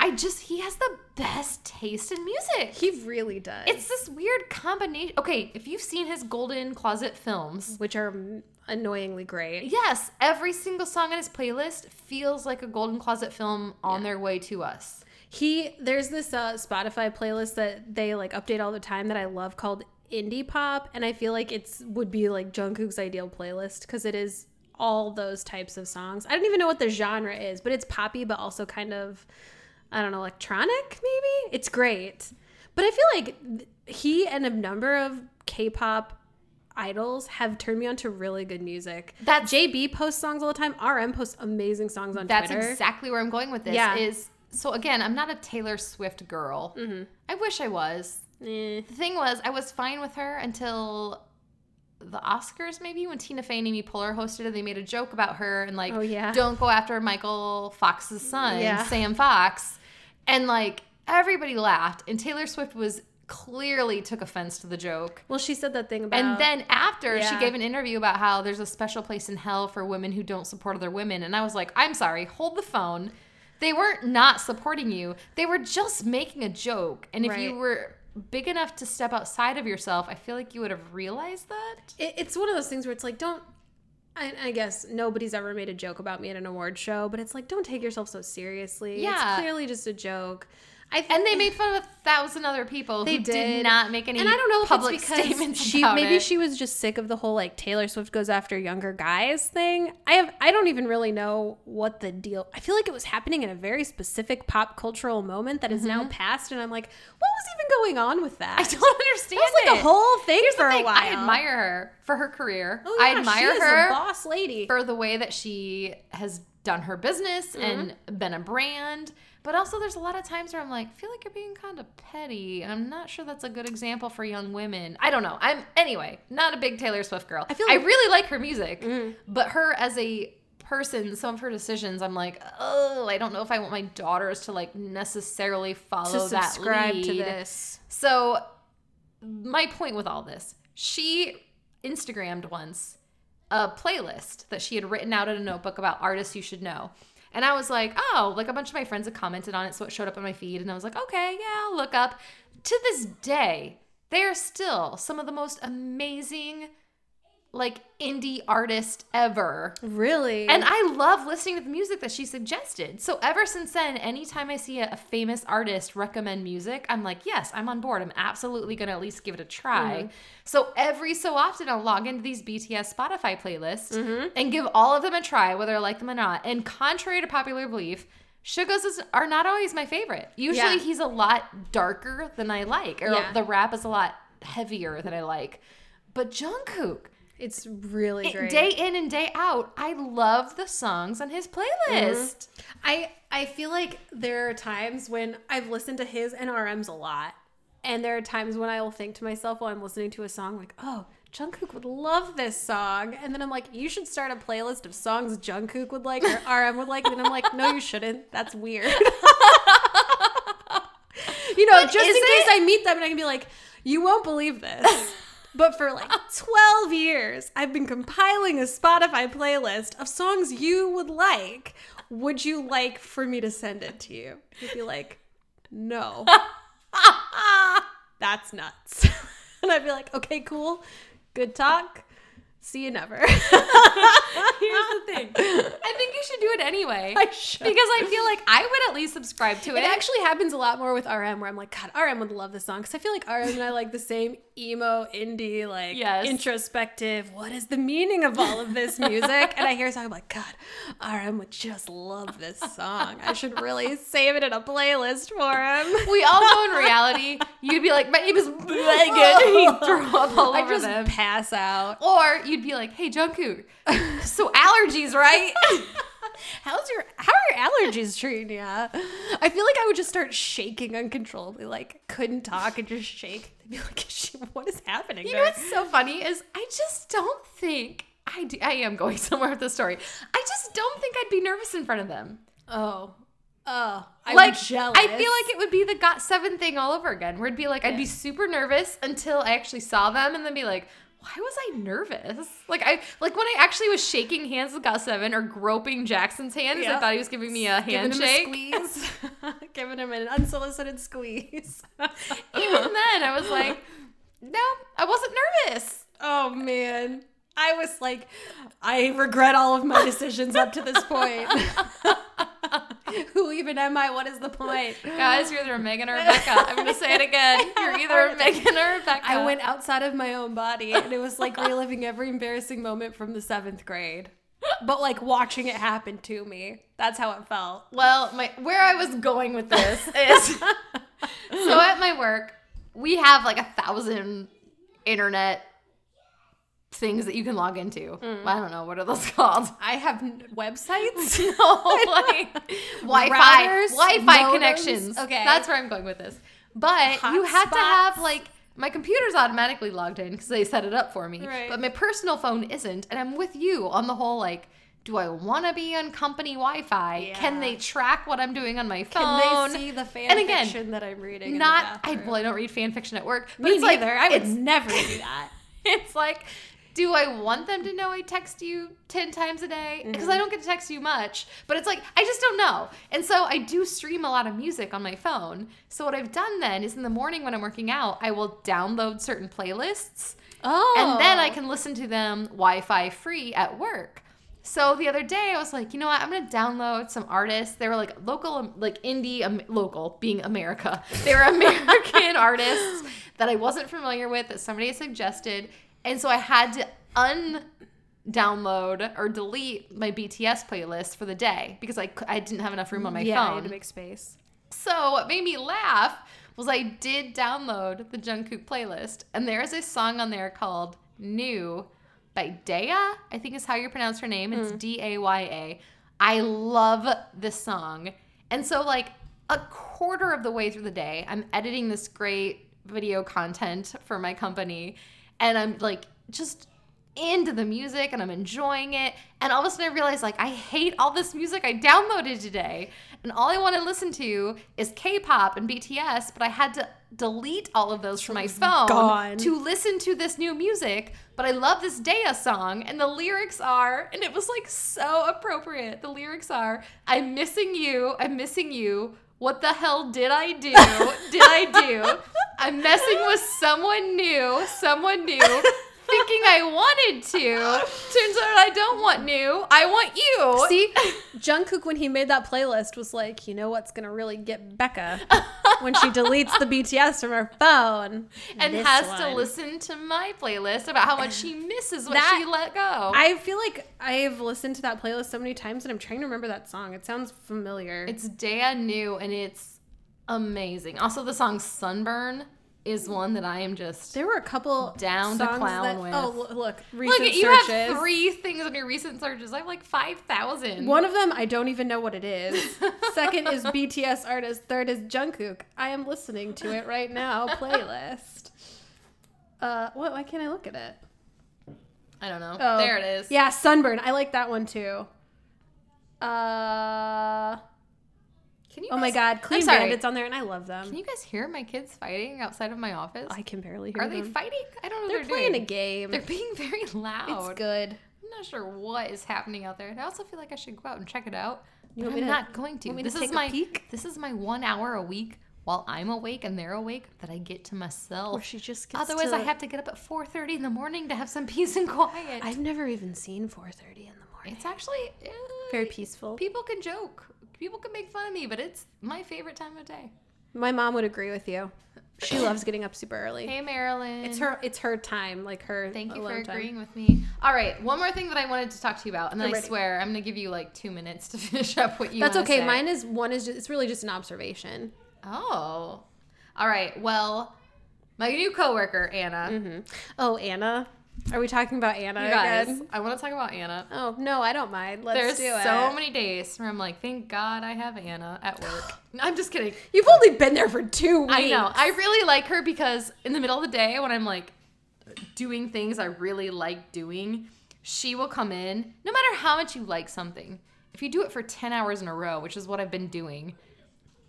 I just he has the best taste in music.
He really does.
It's this weird combination. Okay, if you've seen his Golden Closet films,
which are m- annoyingly great.
yes, every single song on his playlist feels like a Golden Closet film on their way to us.
He there's this uh, Spotify playlist that they like update all the time that I love called Indie Pop, and I feel like it's would be like Jungkook's ideal playlist because it is all those types of songs. I don't even know what the genre is, but it's poppy, but also kind of I don't know electronic maybe. It's great, but I feel like th- he and a number of K-pop idols have turned me on to really good music.
That's-
JB posts songs all the time. RM posts amazing songs on
That's
Twitter.
exactly where I'm going with this.
Yeah.
Is so again, I'm not a Taylor Swift girl.
Mm-hmm.
I wish I was.
Eh.
The thing was, I was fine with her until the Oscars, maybe when Tina Fey and Amy Poehler hosted, and they made a joke about her and like,
Oh, yeah.
don't go after Michael Fox's son,
Yeah.
Sam Fox, and like everybody laughed, and Taylor Swift was clearly took offense to the joke.
Well, she said that thing about
And then after she
Yeah.
gave an interview about how there's a special place in hell for women who don't support other women, and I was like, I'm sorry, hold the phone. They weren't not supporting you. They were just making a joke. And if you
Right.
were big enough to step outside of yourself, I feel like you would have realized that.
it, it's one of those things where it's like don't I, I guess nobody's ever made a joke about me at an award show but it's like don't take yourself so seriously
Yeah.
it's clearly just a joke i th-
And they made fun of a thousand other people
They
who did.
did.
not make any
and I don't know if
public
it's because
statements
she
about
maybe
it.
she was just sick of the whole like Taylor Swift goes after younger guys thing. I have I don't even really know what the deal. I feel like it was happening in a very specific pop cultural moment that is now past, and I'm like, what was even going on with that?
Mm-hmm. I don't understand
That was like
it.
a whole thing
Here's the
for a
thing,
while.
I admire her for her career.
Oh, yeah,
I admire
she
her
Is a boss lady.
for the way that she has done her
Mm-hmm.
business and been a brand. But also, there's a lot of times where I'm like, I feel like you're being kind of petty, and I'm not sure that's a good example for young women. I don't know. I'm anyway not a big Taylor Swift girl. I
feel
I
like- Mm-hmm.
really like her music, but her as a person, some of her decisions, I'm like, oh, I don't know if I want my daughters to like necessarily follow
to
that
subscribe
lead.
to this.
So, my point with all this, she Instagrammed once a playlist that she had written out in a notebook about artists you should know. And I was like, oh, like a bunch of my friends had commented on it, so it showed up on my feed. And I was like, okay, yeah, I'll look up. To this day, they are still some of the most amazing, like, indie artists ever.
Really?
And I love listening to the music that she suggested. So ever since then, anytime I see a, a famous artist recommend music, I'm like, yes, I'm on board. I'm absolutely going to at least give it a try.
Mm-hmm.
So every so often, I'll log into these BTS Spotify playlists
Mm-hmm.
and give all of them a try, whether I like them or not. And contrary to popular belief, Sugas is, are not always my favorite. Usually,
Yeah.
he's a lot darker than I like, or
Yeah.
the rap is a lot heavier than I like. But Jungkook,
it's really great.
Day in and day out, I love the songs on his playlist.
I I feel like there are times when I've listened to his and RM's a lot, and there are times when I will think to myself while I'm listening to a song like, oh. Jungkook would love this song, and then I'm like, you should start a playlist of songs Jungkook would like or RM would like, and then I'm like, no, you shouldn't. That's weird. you know, just in
is
case I meet them and I can be like, you won't believe this. But for like 12 years, I've been compiling a Spotify playlist of songs you would like. Would you like for me to send it to you? You'd be like, no. That's nuts. and I'd be like, okay, cool. Good talk. See you never. Here's the thing.
I think you should do it anyway.
I should.
Because I feel like I would at least subscribe to it.
It actually happens a lot more with RM, where I'm like, God, RM would love this song because I feel like RM and I like the same emo indie, like
Yes.
introspective. What is the meaning of all of this music? and I hear a song, I'm like, God, RM would just love this song. I should really save it in a playlist for him.
we all know in reality, you'd be like, my name is Megan. He'd throw up all
I
over
just
them.
pass out.
Or you'd be like, hey, Jungkook, so allergies, right?
How's your how are your allergies treating you? I feel like I would just start shaking uncontrollably, like couldn't talk and just shake. I'd be like, "She- what is happening?
You
to
know
her?"
what's so funny is I just don't think I do, I am going somewhere with this story. I just don't think I'd be nervous in front of them.
Oh. Oh. I'm
like
jealous.
I feel like it would be the got seven thing all over again. Where it'd be like I'd be super nervous until I actually saw them, and then be like, why was I nervous? Like I like when I actually was shaking hands with Gus Seven or groping Jackson's hand 'cause I
Yep.
thought he was giving me a handshake.
Giving him a squeeze. giving him an unsolicited squeeze.
Even then, I was like, no, I wasn't nervous.
oh man. I was like, I regret all of my decisions up to this point. Who even am I? What is the point?
Guys, you're either Megan or Rebecca. I'm gonna say it again. You're either Megan or Rebecca.
I went outside of my own body and it was like reliving every embarrassing moment from the seventh grade. But like watching it happen to me. That's how it felt.
Well, my where I was going with this is so at my work, we have like a thousand internet things that you can log into. I don't know what are those called.
I have n- websites.
no, like Wi-Fi,
Routers,
Wi-Fi
modems.
connections.
Okay.
that's where I'm going with this. But you had to
Hotspots.
have like my computer's automatically logged in because they set it up for me.
Right.
But my personal phone isn't, and I'm with you on the whole like. Do I want to be on company Wi-Fi? Can
Yeah.
they track what I'm doing on my phone?
Can they see the fan
And again,
fiction that I'm reading? in the
Not, I,
bathroom?
well, I don't read fan fiction at work. But
Me
it's like,
neither. I would
it's-
never do that.
it's like do i want them to know i text you 10 times a day because i don't get to text you much but it's like i just don't know and so i do stream a lot of music on my phone so what i've done then is in the morning when i'm working out i will download certain playlists
Oh.
and then i can listen to them wi-fi free at work so the other day i was like you know what i'm gonna download some artists they were like local like indie um, local being america they were american artists that i wasn't familiar with that somebody had suggested and so i had to un download or delete my bts playlist for the day because i, c- I didn't have enough room on my
yeah, I
phone
had to make space.
so what made me laugh was I did download the Jungkook playlist, and there is a song on there called "New" by Daya. I think is how you pronounce her name. It's D A Y A. I love this song, and so like a quarter of the way through the day, I'm editing this great video content for my company, and I'm like just into the music and I'm enjoying it. And all of a sudden I realized like I hate all this music I downloaded today. And all I want to listen to is K-pop and BTS, but I had to delete all of those from my phone
Gone.
to listen to this new music. But I love this Daya song and the lyrics are and it was like so appropriate. The lyrics are I'm missing you, I'm missing you. What the hell did I do? Did I do? I'm messing with someone new, someone new thinking I wanted to. Turns out I don't want new. I want you.
See, Jungkook when he made that playlist was like, you know what's gonna really get Becca when she deletes the BTS from her phone
and
This
has
one.
to listen to my playlist about how much she misses what
That-
she let go.
I feel like I've listened to that playlist so many times, and I'm trying to remember that song. It sounds familiar.
it's Daya New, and it's amazing. Also, the song Sunburn is one that I am just.
there were a couple
Down to
songs
clown
that,
with.
Oh, lo- look,
Look
recent
at you
searches.
have three things on your recent searches. I have like 5,000.
One of them I don't even know what it is. Second is BTS artist. Third is Jungkook. I am listening to it right now. Playlist. Uh, what? Why can't I look at it?
I don't know.
Oh.
There it is.
Yeah, sunburn. I like that one too. Uh,
Can you
oh my
guys-
God, Clean
sorry.
Bandits on there, and I love them.
Can you guys hear my kids fighting outside of my office?
I can barely hear
Are they
them.
fighting? I don't know.
They're
what
playing
doing.
a game.
They're being very loud.
It's good.
I'm not sure what is happening out there, and I also feel like I should go out and check it out. But I'm
want me to-
not going to.
want me to
This is
take a
my
peek?
this is my one hour a week while I'm awake and they're awake that I get to
Or
myself.
she just gets.
Otherwise,
to-
I have to get up at 4:30 in the morning to have some peace and quiet.
I've never even seen 4:30 in the morning.
it's actually eh,
Very peaceful.
People can joke, people can make fun of me, but it's my favorite time of day.
My mom would agree with you. She loves getting up super early.
Hey, Marilyn.
It's her. It's her time. Like her.
Thank you for
alone time.
agreeing with me. All right, one more thing that I wanted to talk to you about, and then
I'm
I
ready.
swear I'm going to give you like two minutes to finish up what you.
That's
wanna
okay.
say.
Mine is one is just, it's really just an observation.
Oh. All right. Well, my new coworker Anna.
Oh, Anna. Are we talking about Anna
You guys,
again?
I want to talk about Anna.
Oh no, I don't mind.
There's
Let's do it.
so many days where I'm like, thank God I have Anna at work. No, I'm just kidding.
You've only been there for two weeks.
I know. I really like her because in the middle of the day when I'm like doing things I really like doing, she will come in. No matter how much you like something, if you do it for 10 hours in a row, which is what I've been doing,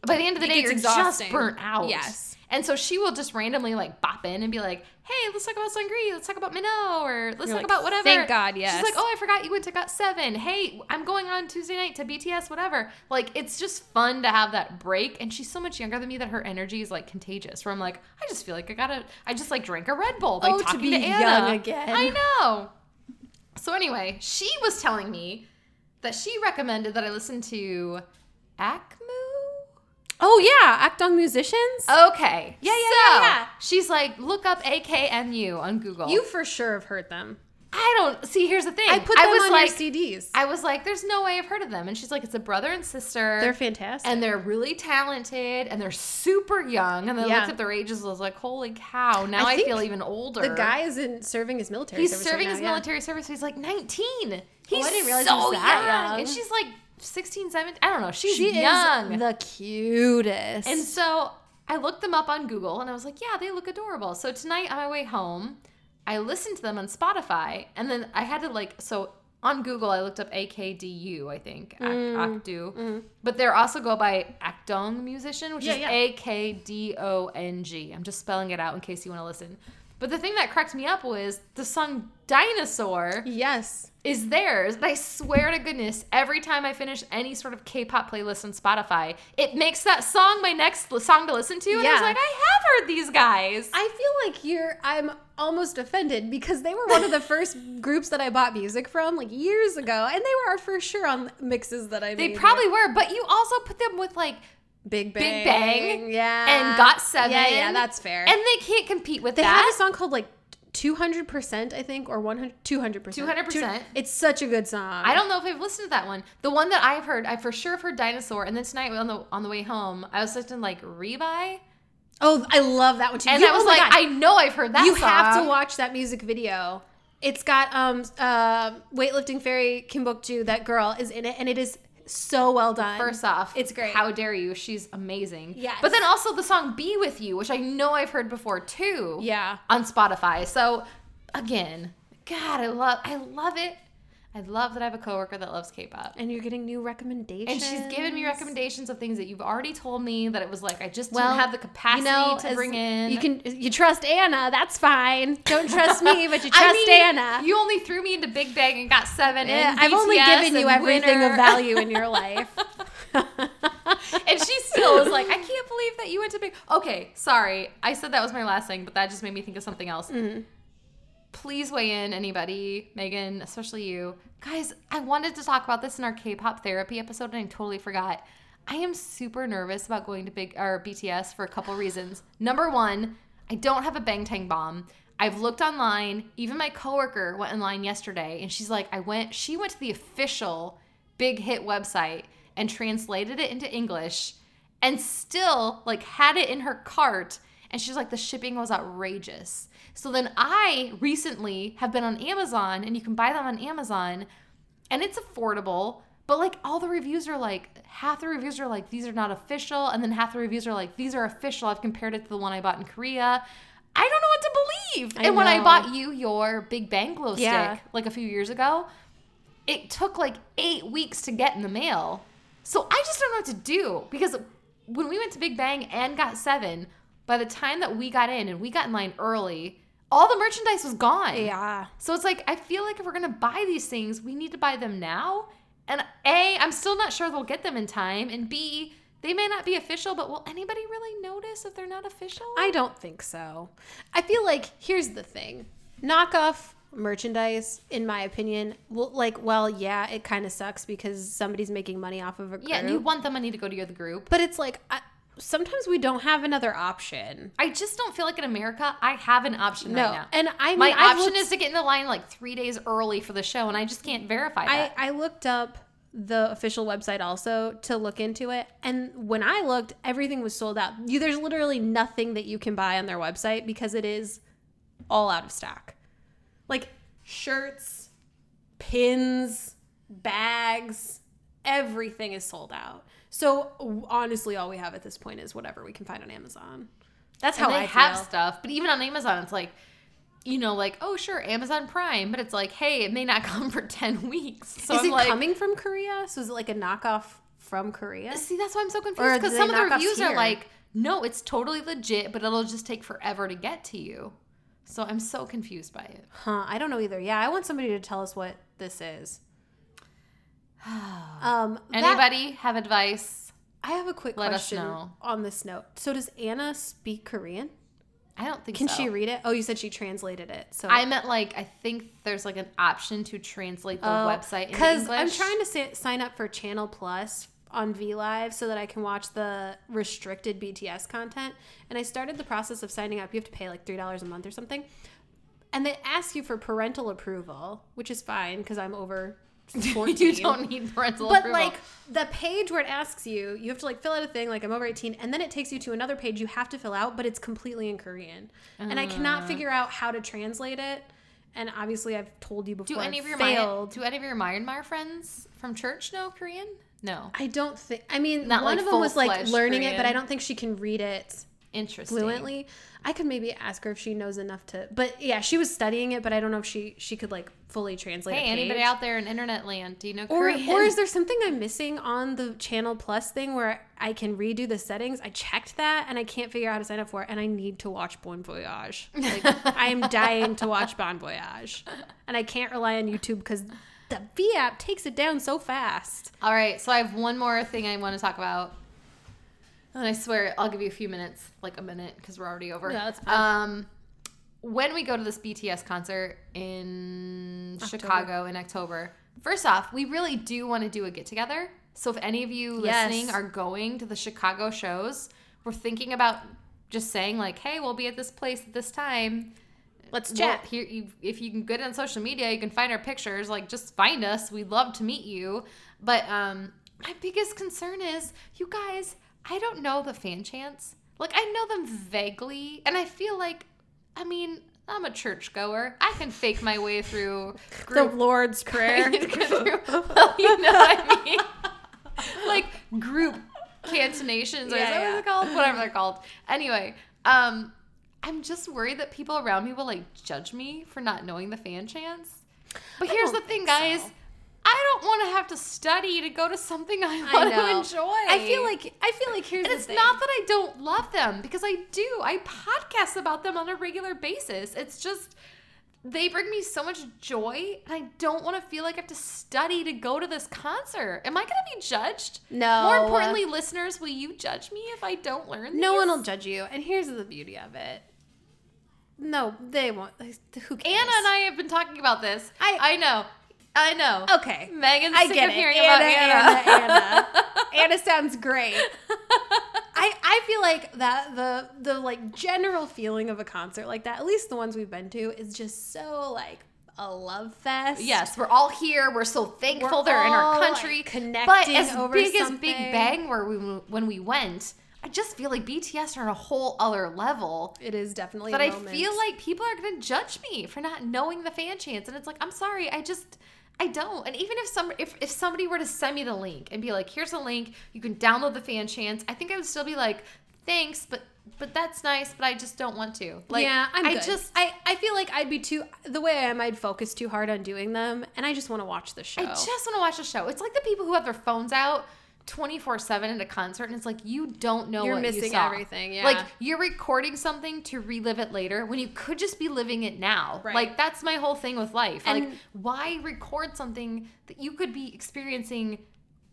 by the end of the
It
day,
gets
you're
exhausting.
just burnt out.
Yes.
And so she will just randomly like bop in and be like, "Hey, let's talk about Sangri. Let's talk about Minot, or let's
You're
talk
like,
about whatever."
"Thank God, yes."
She's like, "Oh, I forgot you went to Got Seven. Hey, I'm going on Tuesday night to BTS. Whatever." Like, it's just fun to have that break. And she's so much younger than me that her energy is like contagious. Where I'm like, I just feel like I gotta. I just like drank a Red Bull. Like
Oh, to
talking
be
Anna.
young again.
I know. So anyway, she was telling me that she recommended that I listen to Acmu.
Oh yeah, act on musicians.
Okay.
Yeah, yeah,
so,
yeah, yeah.
She's like, look up AKMU on Google.
You for sure have heard them.
I don't see. Here's the thing.
I put them
was
on
like,
your CDs.
I was like, there's no way I've heard of them. And she's like, it's a brother and sister.
They're fantastic.
and they're really talented and they're super young. And then
Yeah.
I looked up their ages and was like, holy cow, now
I
I,
think
feel even older.
the guy is in serving his military.
He's
service
serving
right
his
now, yeah. Oh,
military service. He's like 19. He's
didn't realize he
so
was that
young.
young.
And she's like 16, 17. I don't know. She's
She
young.
is the cutest.
And so I looked them up on Google and I was like, yeah, they look adorable. So tonight on my way home, I listened to them on Spotify and then I had to like, so on Google, I looked up AKDU, I think, Ak-
Mm,
Akdu. But they're also go by Akdong musician, which
Yeah,
is
yeah.
A K D O N G. I'm just spelling it out in case you want to listen. But the thing that cracked me up was the song Dinosaur
yes,
is theirs. And I swear to goodness, every time I finish any sort of K-pop playlist on Spotify, it makes that song my next li- song to listen to. And I was
Yeah.
like, I have heard these guys.
I feel like you're. I'm almost offended because they were one of the first groups that I bought music from, like years ago, and they were for sure on mixes that I
they
made.
probably were, but you also put them with like,
Big Bang,
Big Bang,
yeah,
and Got Seven.
Yeah, yeah, that's fair.
and they can't compete with
They have
that.
a song called like 200%, I think, or 100, 200%.
200%.
Two- It's such a good song.
I don't know if I've listened to that one. The one that I've heard, I for sure have heard Dinosaur. And then tonight on the on the way home, I was listening to like Rebuy,
Oh, I love that one too.
and
You-
I was
oh my
like,
God.
I know I've heard that.
you have
song.
to watch that music video. It's got um uh, weightlifting fairy Kim Bok Ju. That girl is in it, and it is so well done.
First off,
It's great.
How dare you? She's amazing.
Yes.
But then also the song "Be with You," which I know I've heard before too.
yeah,
On Spotify. So again, God, I love, I love it. I love that I have a coworker that loves K-pop,
and you're getting new recommendations.
and she's given me recommendations of things that you've already told me that it was like I just
Well,
didn't have the capacity to
as-
bring in.
You can you trust Anna? That's fine. Don't trust me, but you
I
trust
mean,
Anna.
You only threw me into Big Bang and got seven.
Yeah,
and
I've only
BTS
given you
and
everything
Winner.
of value in your life.
and she still is like, I can't believe that you went to big. Okay, sorry, I said that was my last thing, but that just made me think of something else. Please weigh in, anybody, Megan, especially you guys. I wanted to talk about this in our K-pop therapy episode, and I totally forgot. I am super nervous about going to big or BTS for a couple reasons. Number one, I don't have a Bangtang bomb. I've looked online. Even my coworker went online yesterday, and she's like, I went. She went to the official big hit website and translated it into English and still like had it in her cart and she's like the shipping was outrageous. So then I recently have been on Amazon and you can buy them on Amazon and it's affordable but like all the reviews are like half the reviews are like these are not official and then half the reviews are like these are official. I've compared it to the one I bought in Korea. I don't know what to believe.
I
and when I
know.
bought you your Big Bang glow
Yeah.
stick like a few years ago, it took like eight weeks to get in the mail. So I just don't know what to do because when we went to Big Bang and got seven, by the time that we got in and we got in line early, all the merchandise was gone.
yeah.
So it's like I feel like if we're gonna buy these things, we need to buy them now. And A, I'm still not sure they'll get them in time. And B, they may not be official, but will anybody really notice if they're not official?
I don't think so. I feel like here's the thing: knockoff merchandise, in my opinion, well, like, well, yeah, it kind of sucks because somebody's making money off of a group.
yeah, and you want the money to go to your the group.
but it's like I, sometimes we don't have another option.
I just don't feel like in America I have an option
No,
right now.
and I mean,
My
I've
option
looked-
is to get in the line like three days early for the show, and I just can't verify
I,
that.
I looked up the official website also to look into it and when i looked everything was sold out you, there's literally nothing that you can buy on their website because it is all out of stock like shirts pins bags everything is sold out so w- honestly all we have at this point is whatever we can find on amazon that's how
and they
i
have
feel.
stuff, but even on Amazon, it's like, you know, like oh sure, Amazon Prime, but it's like, hey, it may not come for ten weeks. So
is
I'm
it
like,
coming from korea so is it like a knockoff from Korea?
See, that's why I'm so
Or
confused because
do
some
they
of the
knock offs
reviews are
here?
like, no, it's totally legit, but it'll just take forever to get to you. So I'm so confused by it.
Huh, I don't know either. Yeah, I want somebody to tell us what this is. Um, that-
Anybody have advice?
I have a quick
Let us
question
know.
on this note. So does Anna speak Korean?
I don't think
Can
so.
she read it? Oh, you said she translated it. So
I meant like I think there's like an option to translate the website into
because
English.
Oh, I'm trying to sa- sign up for Channel Plus on V Live so that I can watch the restricted BTS content. And I started the process of signing up. You have to pay like three dollars a month or something, and they ask you for parental approval, which is fine because I'm over. 14.
you don't need parental
but
approval.
like the page where it asks you you have to like fill out a thing like i'm over 18 and then it takes you to another page you have to fill out but it's completely in korean and i
Uh.
cannot figure out how to translate it and obviously i've told you before
do any
I've
of your
failed
failed. do any of your Myanmar friends from church know Korean? No.
i don't think i mean
Not,
one
like,
of them was like
full-fledged
learning it but i
Korean.
don't think she can read it
Interesting.
fluently i could maybe ask her if she knows enough to but yeah she was studying it but i don't know if she she could like fully translate
Hey,
a page.
anybody out there in internet land, do you know
Or,
Korean?
or is there something I'm missing on the Channel Plus thing where I can redo the settings? I checked that and I can't figure out how to sign up for it, and I need to watch Bon Voyage. Like, I am dying to watch Bon Voyage, and I can't rely on YouTube because the V app takes it down so fast.
All right, so I have one more thing I want to talk about. And I swear I'll give you a few minutes, like a minute, because we're already over.
Yeah, that's
Um, when we go to this BTS concert in Chicago in October, first off, we really do want to do a get together. So if any of you
Yes.
listening are going to the Chicago shows, we're thinking about just saying like, "Hey, we'll be at this place at this time."
Let's
Well, here, you, if you can get on social media, you can find our pictures. Like, just find us. We'd love to meet you. But um, my biggest concern is, you guys, I don't know the fan chants. Like, I know them vaguely, and I feel like, I mean, I'm a churchgoer. I can fake my way through
The
group
Lord's Prayer.
you know what I mean? like group cantonations or is
Yeah,
that what
yeah.
they're called? Whatever they're called. Anyway, um, I'm just worried that people around me will like judge me for not knowing the fan chants. But
I
here's the
don't
thing,
think
guys.
so.
I don't want to have to study to go to something I
I
want to
know.
enjoy.
I feel like I feel like here's
And
the
it's
thing.
not that I don't love them because I do. I podcast about them on a regular basis. It's just they bring me so much joy, and I don't want to feel like I have to study to go to this concert. Am I going to be judged?
No.
More importantly, listeners, will you judge me if I don't learn?
no
these?
one will judge you, and here's the beauty of it. No, they won't. Who cares?
Anna and I have been talking about this.
I-
I know. I know.
Okay.
Megan's
I
sick
get
of
it.
hearing
Anna,
about Anna.
Anna, Anna. Anna sounds great. I, I feel like that the the like general feeling of a concert like that, at least the ones we've been to, is just so like a love fest.
Yes, we're all here. We're so thankful
We're
they're in
all,
our
like,
country. but
connecting
as
over
big as Big
something.
Bang were we, when we went, I just feel like BTS are on a whole other level.
It is definitely
But
a
I
moment.
feel like people are going to judge me for not knowing the fan chants, and it's like I'm sorry, I just I don't. And even if some if, if somebody were to send me the link and be like, "Here's a link, you can download the fan chants," I think I would still be like, "Thanks, but but that's nice, but I just don't want to." Like,
yeah, I'm
I
good.
just
I, I feel like I'd be too the way I am, I'd focus too hard on doing them and I just want to watch the show.
I just want to watch the show. It's like the people who have their phones out 24 7 at a concert, and it's like, you don't know
You're
what you
missing
saw.
everything, yeah.
Like, you're recording something to relive it later when you could just be living it now.
Right.
Like, that's my whole thing with life. like,
And-
why record something that you could be experiencing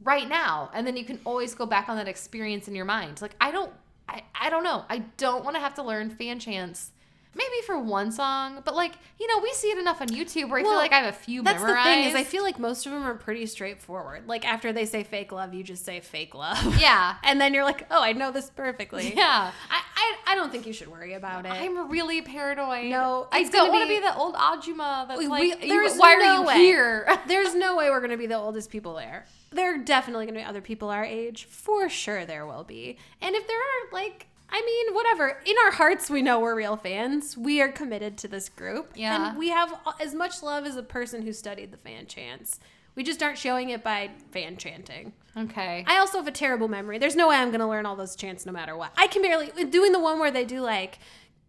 right now? And then you can always go back on that experience in your mind. Like, I don't, I, I don't know. I don't want to have to learn fan chants. Maybe for one song, but like you know, we see it enough on YouTube where I feel
Well,
like I have a few
That's
memorized.
the thing is I feel like most of them are pretty straightforward. Like after they say fake love, you just say fake love.
yeah,
And then you're like, oh, I know this perfectly.
Yeah.
I, I, I don't think you should worry about it.
I'm really paranoid.
No,
I
it's
don't
gonna
want to
be-
be the old Ajuma that's
We-
like,
we-
you-
there's
why are
no
you
way.
here?
There's no way we're going to be the oldest people there. There are definitely going to be other people our age. For sure, there will be. And if there are, like, I mean, whatever. In our hearts, we know we're real fans. We are committed to this group.
Yeah.
And we have as much love as a person who studied the fan chants. We just aren't showing it by fan chanting.
okay.
I also have a terrible memory. There's no way I'm going to learn all those chants no matter what. I can barely doing the one where they do like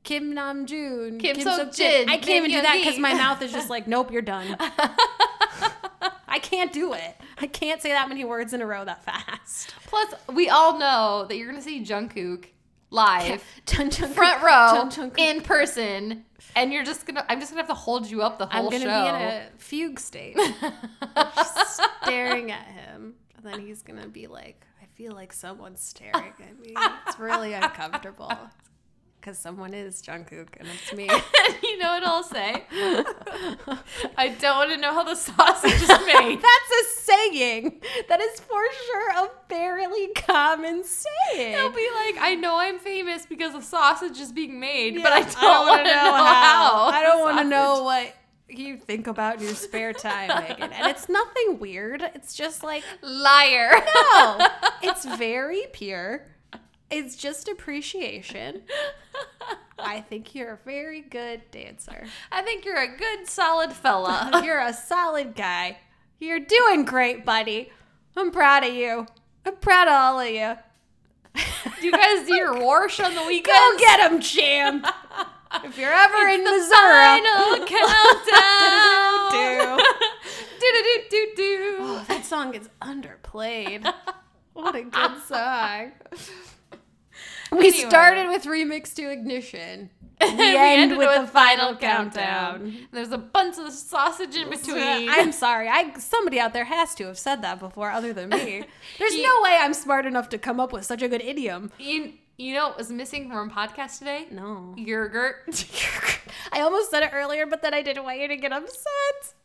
Kim Nam June,
Kim Seok
Jin.
Jin,
I can't even
Min
do that
Young
because
Hee.
my mouth is just like, nope, you're done. I can't do it. I can't say that many words in a row that fast.
Plus, we all know that you're gonna see Jungkook live,
Dun, dun,
front row,
dun, dun, dun.
in person, and you're just gonna. I'm just gonna have to hold you up the
I'm
whole
gonna
show.
be in a fugue state, just staring at him, and then he's gonna be like, "I feel like someone's staring at me. It's really uncomfortable." Because someone is Jungkook and it's me.
you know what I'll say? I don't want to know how the sausage is made.
That's a saying. That is for sure a fairly common saying.
I'll be like, I know I'm famous because the sausage is being made,
Yeah,
but I don't, want to know, how.
I don't
the
want to
sausage-
know what you think about in your spare time, Megan. And it's nothing weird. It's just like,
Liar.
no, it's very pure. It's just appreciation. I think you're a very good dancer.
I think you're a good, solid fella.
You're a solid guy. You're doing great, buddy. I'm proud of you. I'm proud of all of you.
Do you guys do your wash on the weekends?
Go get him, champ. If you're ever in Missouri.
Final countdown.
Do.
do do do do.
Oh, that song is underplayed. what a good song. We
Anyway.
started with remix to ignition. We,
We
end
ended
with,
with
the final countdown.
There's a bunch of sausage in
So,
between.
I'm sorry. I somebody out there has to have said that before, other than me. There's
You-
no way I'm smart enough to come up with such a good idiom.
You, you know what was missing from our podcast today?
No.
Yogurt.
I almost said it earlier, but then I didn't want you to get upset.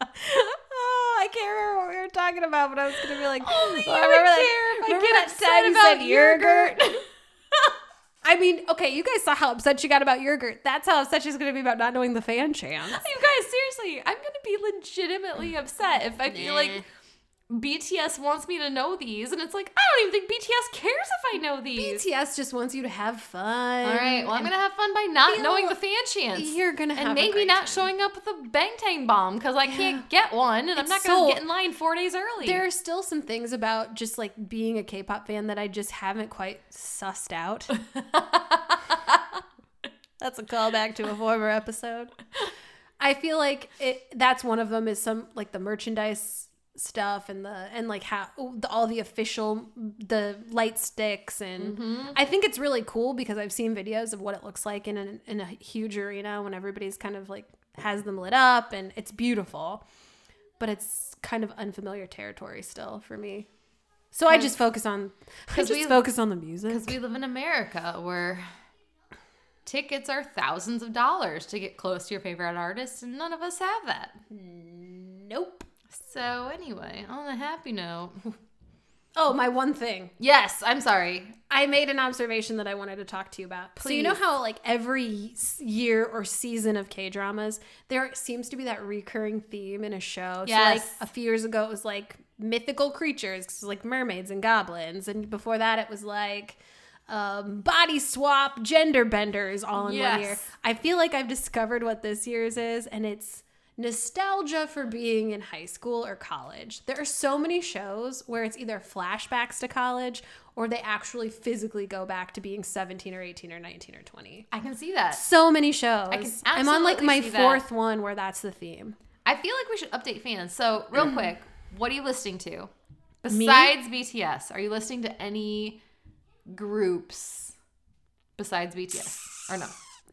oh, I can't remember what we were talking about, but I was gonna be like,
Only
"Well,
you
remember
would
that-
care if I
remember
get
that
upset
time you
about
said yogurt?" I mean, okay, you guys saw how upset she got about yogurt. That's how upset she's gonna be about not knowing the fan chance.
you guys, seriously, I'm gonna be legitimately upset if I feel like BTS wants me to know these, and it's like I don't even think BTS cares if I know these.
BTS just wants you to have fun.
All right, well, I'm gonna have fun by not
feel-
knowing the fan chance.
You're gonna have
and
a
maybe
great
not
time.
showing up with a Bangtang bomb because I can't get one, and I'm not
It's
gonna
so-
get in line four days early.
There are still some things about just like being a K-pop fan that I just haven't quite sussed out. that's a callback to a former episode. I feel like it, that's one of them is some like the merchandise stuff and the and like how the, all the official the light sticks and I think it's really cool because I've seen videos of what it looks like in an, in a huge arena when everybody's kind of like has them lit up and it's beautiful but it's kind of unfamiliar territory still for me. So I just focus on because we
we-
focus on the music.
Because we live in America where tickets are thousands of dollars to get close to your favorite artist, and none of us have that.
Nope.
So, anyway, on a happy note.
Oh, my one thing.
yes, I'm sorry.
I made an observation that I wanted to talk to you about. So you know
Please.
how like every s- year or season of K-dramas, there seems to be that recurring theme in a show.
Yes.
So like a few years ago it was like mythical creatures, 'cause it was, like mermaids and goblins, and before that it was like um, body swap, gender benders all in one year.
Yes.
I feel like I've discovered what this year's is, and it's nostalgia for being in high school or college. There are so many shows where it's either flashbacks to college or they actually physically go back to being 17 or 18 or 19 or 20.
I can see that.
So many shows. I
can
am on like
absolutely
my
see that.
fourth one where that's the theme.
I feel like we should update fans. So, real quick, what are you listening to? Besides BTS, are you listening to any groups besides BTS? Or no?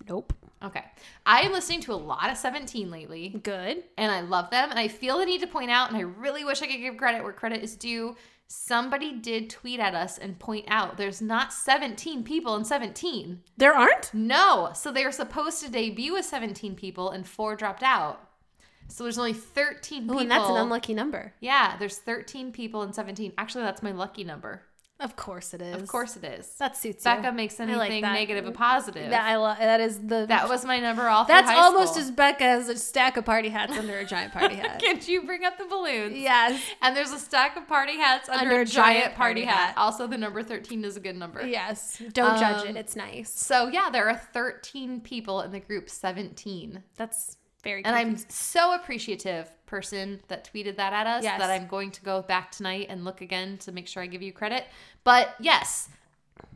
Nope.
Okay. I am listening to a lot of 17 lately.
Good.
and I love them. And I feel the need to point out, and I really wish I could give credit where credit is due. Somebody did tweet at us and point out there's not 17 people in 17.
There aren't?
No. So they were supposed to debut with 17 people, and four dropped out. So there's only 13 people.
Oh, and that's an unlucky number.
Yeah, there's 13 people in 17. Actually, that's my lucky number.
Of course it is.
Of course it is.
That suits you.
Becca makes
like
anything
that.
negative a positive.
That,
That,
I lo- that is the
was my number all through
That's
high
almost
school.
as Becca as a stack of party hats under a giant party hat.
Can't you bring up the balloons?
yes.
And there's a stack of party hats under, a giant, party hat. Also, the number 13 is a good number.
Yes. Don't judge
Um,
it. It's nice.
So, yeah, there are 13 people in the group 17.
That's very
And I'm
confusing.
so appreciative, person that tweeted that at us,
Yes.
that I'm going to go back tonight and look again to make sure I give you credit. But yes,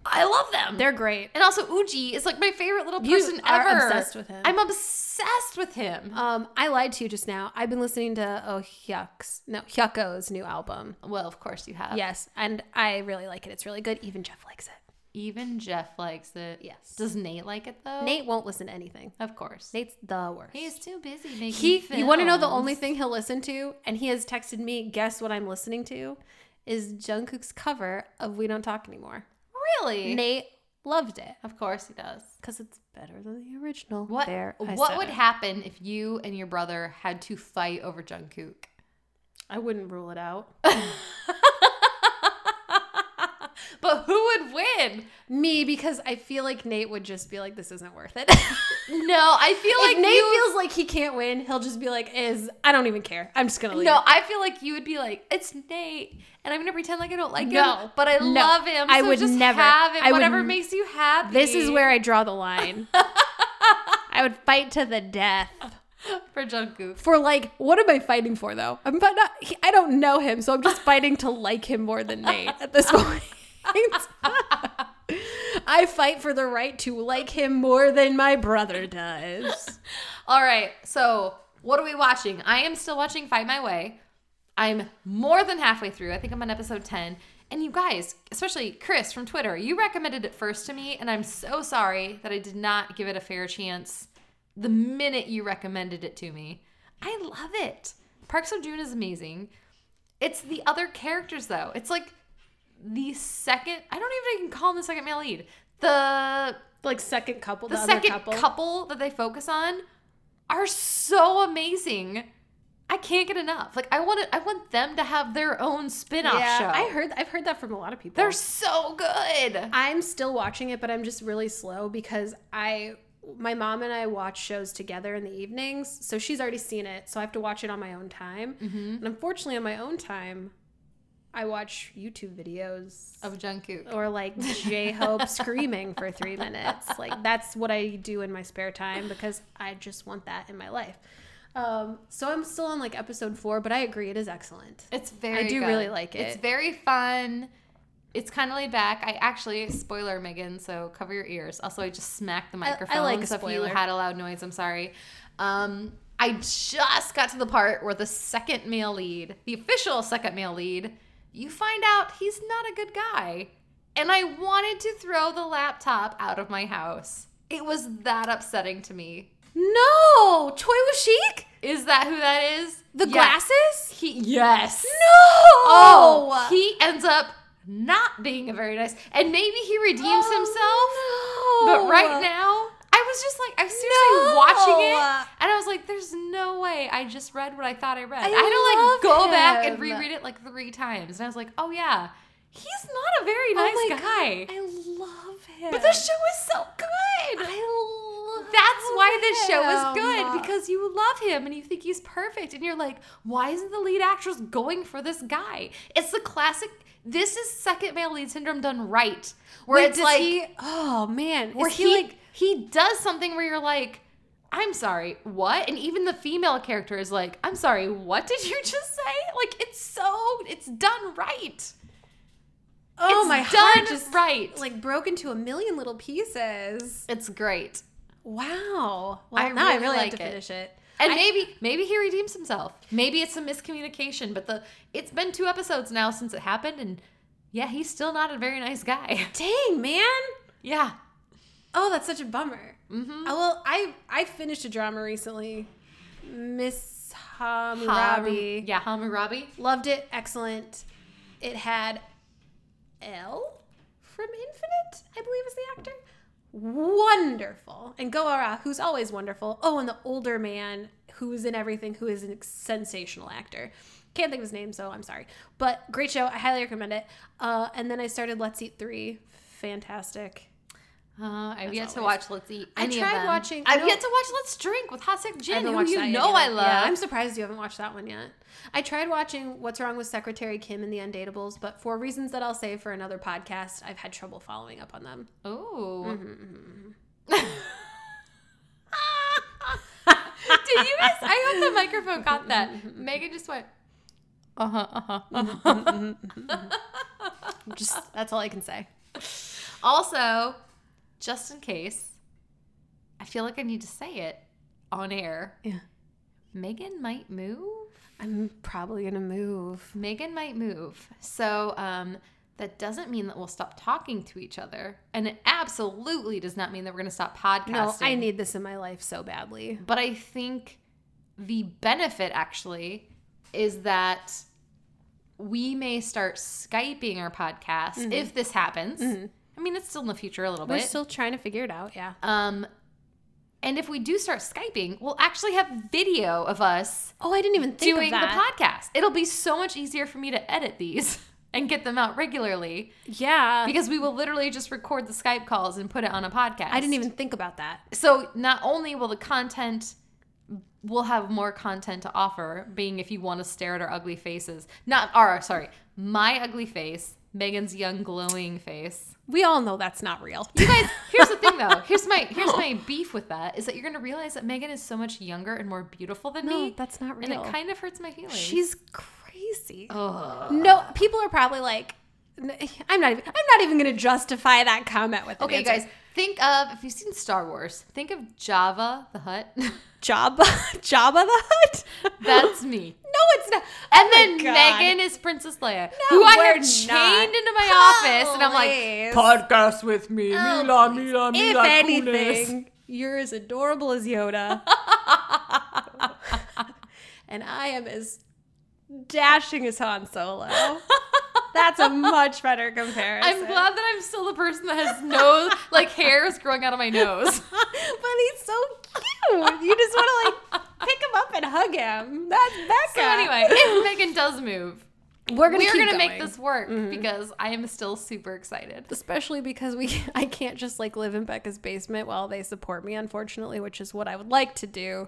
I love them.
They're great.
and also Uji is like my favorite little
You
person
are
ever.
obsessed with him.
I'm obsessed with him.
Um, I lied to you just now. I've been listening to Oh Hyuk's no Hyuko's new album.
Um, well, of course you have.
Yes, and I really like it. It's really good. Even Jeff likes it.
Even Jeff likes it.
Yes.
Does Nate like it though?
Nate won't listen to anything.
Of course.
Nate's the worst.
He's too busy making
he, you want to know the
films.
only thing he'll listen to, and he has texted me. Guess what I'm listening to? Is Jungkook's cover of "We Don't Talk Anymore."
Really?
Nate loved it
Of course he does.
because it's better than the original.
What
There, I
what
said
would
it.
happen if you and your brother had to fight over Jungkook?
I wouldn't rule it out.
but who would win?
me because I feel like Nate would just be like, "This isn't worth it."
No, I feel
If
like
Nate
you-
feels like he can't win, he'll just be like, "Is I don't even care. I'm just gonna leave."
No, I feel like you would be like, it's Nate, and I'm gonna pretend like I don't like him,
No.
but I
No.
love him.
I
so
would
just
never.
have it.
I would
whatever
n-
makes you happy.
this is where I draw the line. I would fight to the death
for Jungkook.
for like, what am I fighting for though? I'm but not. He, I don't know him, so I'm just fighting to like him more than Nate at this point. I fight for the right to like him more than my brother does.
All right, so what are we watching? I am still watching Find My Way. I'm more than halfway through. I think I'm on episode ten. And you guys, especially Chris from Twitter, you recommended it first to me, and I'm so sorry that I did not give it a fair chance the minute you recommended it to me. I love it. Parks of June is amazing. It's the other characters though. It's like the second I don't even can call them the second male lead. The
Like second couple, the,
the
other
second couple.
couple.
that they focus on are so amazing. I can't get enough. Like I want to, I want them to have their own spin-off show.
I heard. I've heard that from a lot of people.
They're so good.
I'm still watching it, but I'm just really slow because I my mom and I watch shows together in the evenings, so she's already seen it, so I have to watch it on my own time. And unfortunately, on my own time, I watch YouTube videos
Of Jungkook.
or like J Hope screaming for three minutes. Like that's what I do in my spare time because I just want that in my life. Um, so I'm still on like episode four, but I agree it is excellent.
It's very.
I do
good.
really like
It's
it.
very fun. It's kind of laid back. I actually spoiler Megan, so cover your ears. Also, I just smacked the
I
microphone.
like a
so if you
spoiler.
had a loud noise, I'm sorry. Um, I just got to the part where the second male lead, the official second male lead, you find out he's not a good guy, and I wanted to throw the laptop out of my house. It was that upsetting to me.
No, Choi was chic.
Is that who that is?
The
Yes.
glasses.
He yes.
No.
Oh, he ends up not being a very nice, and maybe he redeems
Oh,
himself. But right now, I was just like, I was seriously
No.
watching it, and I was like, there's no way I just read what I thought I read. I,
I
had to like
love
go back and
him.
reread it like three times, and I was like, oh yeah, he's not a very nice
oh my
guy.
God, I love him.
but the show is so good.
I love.
That's why this show is
him.
good because you love him and you think he's perfect and you're like, why isn't the lead actress going for this guy? It's the classic. This is second male lead syndrome done right, where
Wait,
it's
does
like
he- oh man,
where
is
he, like he does something where you're like, I'm sorry, what? And even the female character is like, I'm sorry, what did you just say? Like it's so it's done right.
oh
it's
my
done
heart just
right. Like
like broke into a million little pieces.
it's great.
Wow. Well,
I
now I
really
really
like
have to
it.
finish it.
And maybe maybe he redeems himself. Maybe it's a miscommunication, but the it's been two episodes now since it happened and yeah, he's still not a very nice guy.
Dang man.
yeah.
Oh, that's such a bummer.
Mhm.
Oh, well, I I finished a drama recently, Miss
Hammurabi.
Hammurabi.
Yeah, Hammurabi.
Loved it. Excellent. It had L from Infinite, I believe is the actor. Wonderful. And Goara, who's always wonderful. Oh, and the older man who's in everything, who is a sensational actor. Can't think of his name, so I'm sorry. But great show. I highly recommend it. Uh, and then I started Let's Eat 3. Fantastic.
Uh, I've yet to
always.
watch Let's Eat.
I
any of
tried
them.
watching-
I've
no.
yet to watch Let's Drink with Hot Sick Gin,
haven't
who
watched
you
that yet
know I
either.
love.
Yeah, I'm surprised you haven't watched that one yet. I tried watching What's Wrong with Secretary Kim and the Undateables, but for reasons that I'll say for another podcast, I've had trouble following up on them.
Oh.
Mm-hmm.
Did you guys? I hope the microphone got that. Megan just went. Uh
Uh-huh,
huh. Uh huh.
Just that's all I can say.
Also, just in case, I feel like I need to say it on air.
Yeah.
Megan might move.
I'm probably gonna move.
Megan might move. So um, that doesn't mean that we'll stop talking to each other. And it absolutely does not mean that we're going to stop podcasting.
No, I need this in my life so badly.
But I think the benefit actually is that we may start Skyping our podcast if this happens. I mean, it's still in the future a little
Mm-hmm. We're
bit.
still trying to figure it out. Yeah.
um, and if we do start Skyping, we'll actually have video of us
Oh, I didn't even think
doing
of
the
that.
podcast. It'll be so much easier for me to edit these and get them out regularly
yeah.
because we will literally just record the Skype calls and put it on a podcast.
I didn't even think about that.
So not only will the content we'll have more content to offer, being if you want to stare at our ugly faces. Not our sorry, my ugly face, Megan's young glowing face.
We all know that's not real.
You guys, here's the thing though. Here's my here's my beef with that is that you're gonna realize that Megan is so much younger and more beautiful than
no,
me.
that's not real.
and it kind of hurts my feelings.
She's crazy.
Ugh.
No, people are probably like, "N- I'm not even. I'm not even gonna justify that comment with. an
Okay,
answer."
guys, think of if you've seen Star Wars, think of Java the Hut.
Jabba, Jabba the Hutt.
That's me.
no, it's not.
And
Oh my
then
God.
Megan is Princess Leia,
No,
who I have
we're
chained
not.
into my office, and I'm like,
Please.
podcast with me,
Oh,
Mila,
please.
Mila, Mila.
if
Kunis.
anything, you're as adorable as Yoda, and I am as dashing as Han Solo. That's a much better comparison.
I'm glad that I'm still the person that has no like hairs growing out of my nose.
but he's so cute. You just want to like pick him up and hug him. That's Becca.
So anyway, if Megan does move,
we're
we're
keep
gonna make
going. Mm-hmm.
this work because I am still super excited.
especially because we I can't just like live in Becca's basement while they support me, unfortunately, which is what I would like to do.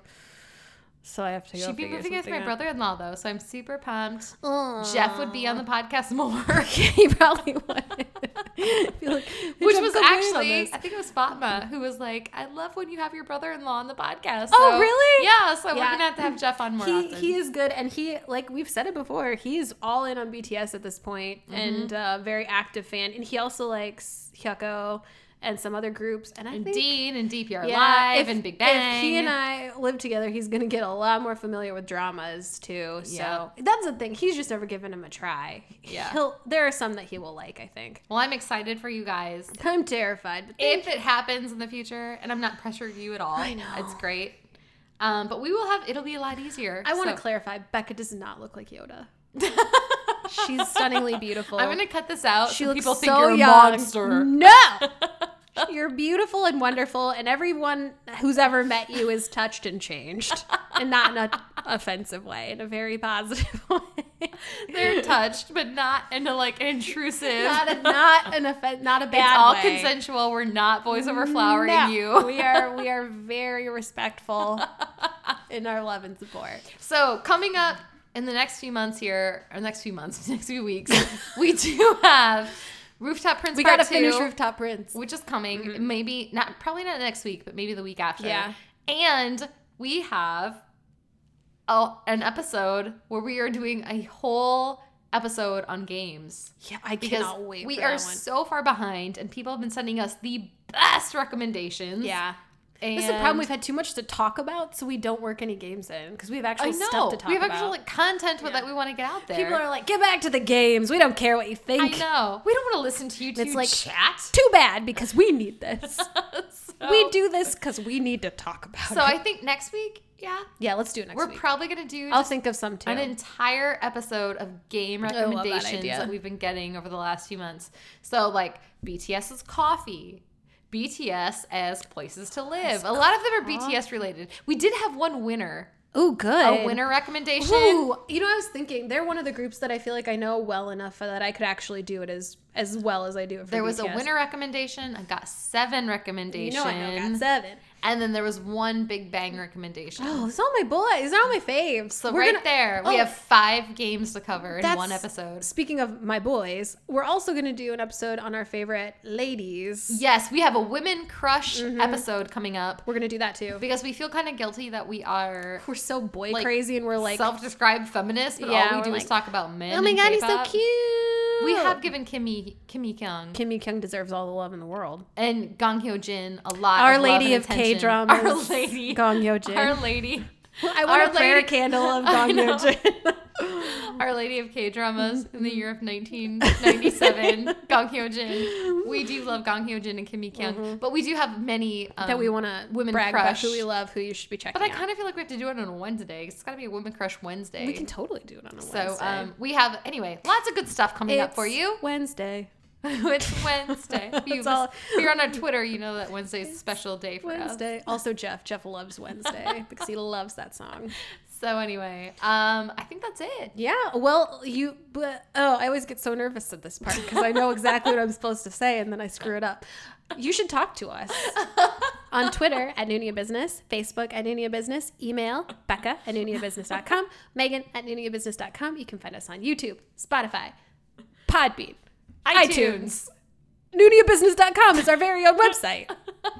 So I have to. Go
She'd be
figure
moving with
something
my
out.
brother-in-law though, so I'm super pumped.
Aw.
Jeff would be on the podcast more.
he probably would. He'd be like, "Hey,
Which
Jeff,
was
come wait on
actually,
this."
I think it was Fatma who was like, "I love when you have your brother-in-law on the podcast."
Oh,
So-
really?
Yeah. So we're
Yeah.
gonna have to have Jeff on more
He,
often.
he is good and he like we've said it before he's all in on bts at this point
Mm-hmm.
and uh very active fan and he also likes hyuko and some other groups and i think
Dean and DPR
Yeah,
Live
if-
and Big Bang.
If he and I live together, he's gonna get a lot more familiar with dramas too. So
Yeah.
that's the thing. He's just never given him a try.
Yeah.
He'll there are some that he will like, I think.
well, I'm excited for you guys.
I'm terrified. But
If it happens in the future, and I'm not pressuring you at all,
I know.
it's great. Um, but we will have. It'll be a lot easier.
I want to
So-
clarify, Becca does not look like Yoda. She's stunningly beautiful.
I'm gonna cut this out.
she
so
looks
people
so
think you're
young.
a monster.
No. You're beautiful and wonderful, and everyone who's ever met you is touched and changed, and not in an offensive way, in a very positive way.
They're touched, but not in a like intrusive.
not a not an offense, not a bad
it's all
way.
consensual. We're not voice over flowering
No,
you.
we are we are very respectful in our love and support.
So coming up in the next few months here, or next few months, next few weeks, we do have Rooftop Prince.
We
Part
gotta finish
Two,
Rooftop Prince.
which is coming. Maybe not, probably not next week, but maybe the week after.
Yeah.
And we have a, an episode where we are doing a whole episode on games.
Yeah, I
Because
cannot wait.
we
for
are
that one.
so far behind, and people have been sending us the best recommendations.
yeah.
and
This is the problem. We've had too much to talk about, so we don't work any games in because we have
I
actual
know
stuff to talk
we have
about.
actual like content with
Yeah.
that we want to get out there.
People are like, get back to the games. We don't care what you
I
think.
know. We don't want to listen to you two
It's like-
chat.
Too bad because we need this.
so,
we do this because we need to talk about
So
it.
I think next week, yeah,
yeah, let's do it next
we're
week.
probably gonna do
I'll
just
think of some too.
an entire episode of game
that
recommendations
idea.
that, we've been getting over the last few months. So like BTS's coffee. BTS as places to live. A lot of them are BTS related. We did have one winner,
Ooh, good.
a winner recommendation.
Ooh, you know, I was thinking they're one of the groups that I feel like I know well enough that I could actually do it as as well as I do it. For
There was a
BTS.
winner recommendation. I got seven
You
recommendations.
know, I know got seven.
And then there was one Big Bang recommendation.
Oh, it's all my boys. They're all my faves.
So
We're
right
gonna-
there, we
oh.
have five games to cover in
That's-
one episode.
Speaking of my boys, we're also going to do an episode on our favorite ladies.
Yes, we have a women crush
Mm-hmm.
episode coming up
We're going to do that too.
because we feel kind of guilty that we are
We're so boy
Like,
crazy, and we're like,
self-described feminists, but
Yeah,
all we
we're
do is
like,
talk about men.
oh my
and
god, he's so
K-pop.
cute.
We have given Kimmy Kimmy Kyung
Kimmy Kyung deserves all the love in the world.
and Gong Hyo Jin a lot.
Our
of love
Lady
and
of K
attention.
dramas.
Our Lady.
Gong Yo Jin.
Our Lady.
I want
Our
a prayer
Lady-
candle of
I
Gong Yo
know.
Jin.
Our Lady of K dramas in the year of
Mm-hmm.
1997. Gong Hyo Jin. We do love Gong Hyo Jin and Kimmy Kyung, but we do have many um,
Mm-hmm. that we want to
women
brag about
crush.
who we love, who you should be checking.
But I
out.
kind of feel like we have to do it on a Wednesday. It's got to be a Women Crush Wednesday.
we can totally do it on a
so
Wednesday.
um, we have anyway lots of good stuff coming up
It's
for you.
Wednesday.
it's Wednesday. If you
That's all.
are on our Twitter, you know that Wednesday's a special day for us.
Wednesday. Also, Jeff. Jeff loves Wednesday because he loves that song.
So anyway, um, I think that's it.
Yeah. Well, you. But, oh, I always get so nervous at this part because I know exactly what I'm supposed to say and then I screw it up. You should talk to us on Twitter at Nunia Business, Facebook at Nunia Business, email Becca at NuniaBusiness.com, Megan at NuniaBusiness.com. You can find us on YouTube, Spotify, Podbean, iTunes. NuniaBusiness.com is our very own website.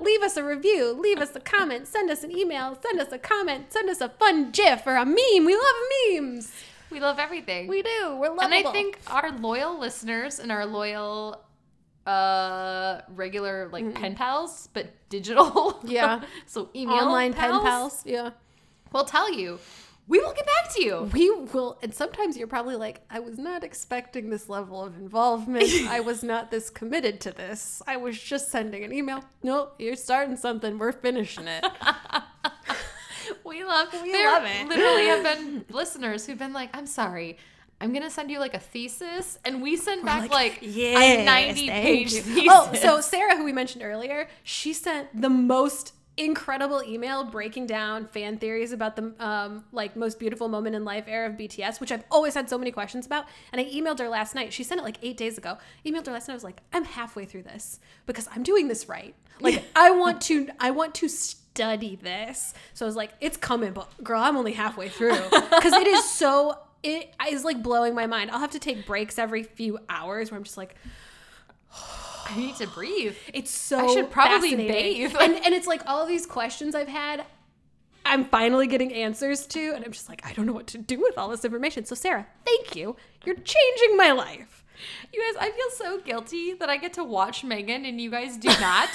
leave us a review, leave us a comment, send us an email, send us a comment, send us a fun GIF or a meme. We love memes.
We love everything.
We do. We're lovable.
and I think our loyal listeners and our loyal uh regular like pen pals but digital
Yeah.
so email
online
pals,
pen pals. Yeah,
will tell you we will get back to you
we will. And sometimes you're probably like, I was not expecting this level of involvement. I was not this committed to this. I was just sending an email. Nope, you're starting something. We're finishing it.
we love we
love it.
literally have been listeners who've been like i'm sorry i'm gonna send you like a thesis and we send back like, a
yes,
90
thank
page
you.
thesis
Oh, so Sarah, who we mentioned earlier, she sent the most incredible email breaking down fan theories about the um, like most beautiful moment in life era of BTS, which I've always had so many questions about. And I emailed her last night. She sent it like eight days ago. emailed her last night. I was like, I'm halfway through this because I'm doing this right. Like I want to, I want to study this. So I was like, it's coming, but girl, I'm only halfway through because it is so. It is like blowing my mind. I'll have to take breaks every few hours where I'm just like, Oh.
i need to breathe
it's so.
I should probably
fascinating.
bathe.
And and it's like all these questions I've had, I'm finally getting answers to, and I'm just like, I don't know what to do with all this information. So Sarah, thank you. You're changing my life.
You guys, I feel so guilty that I get to watch Megan and you guys do not.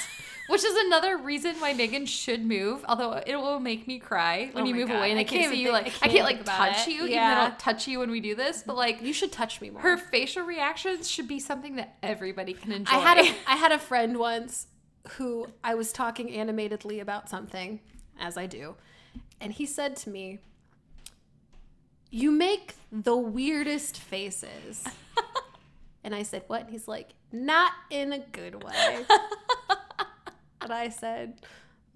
Which is another reason why Megan should move, although it will make me cry when
Oh
you
my
move
God,
away and
I
I can't
can't
see
even
you
think-
like
I
I
can't
can't like
think about
touch
it.
you, even though
Yeah.
I don't touch you when we do this, but like
You should touch me more.
her facial reactions should be something that everybody can enjoy.
I had a I had a friend once who I was talking animatedly about something, as I do, and he said to me, "You make the weirdest faces." and I said, "What?" And he's like, "Not in a good way." and I said,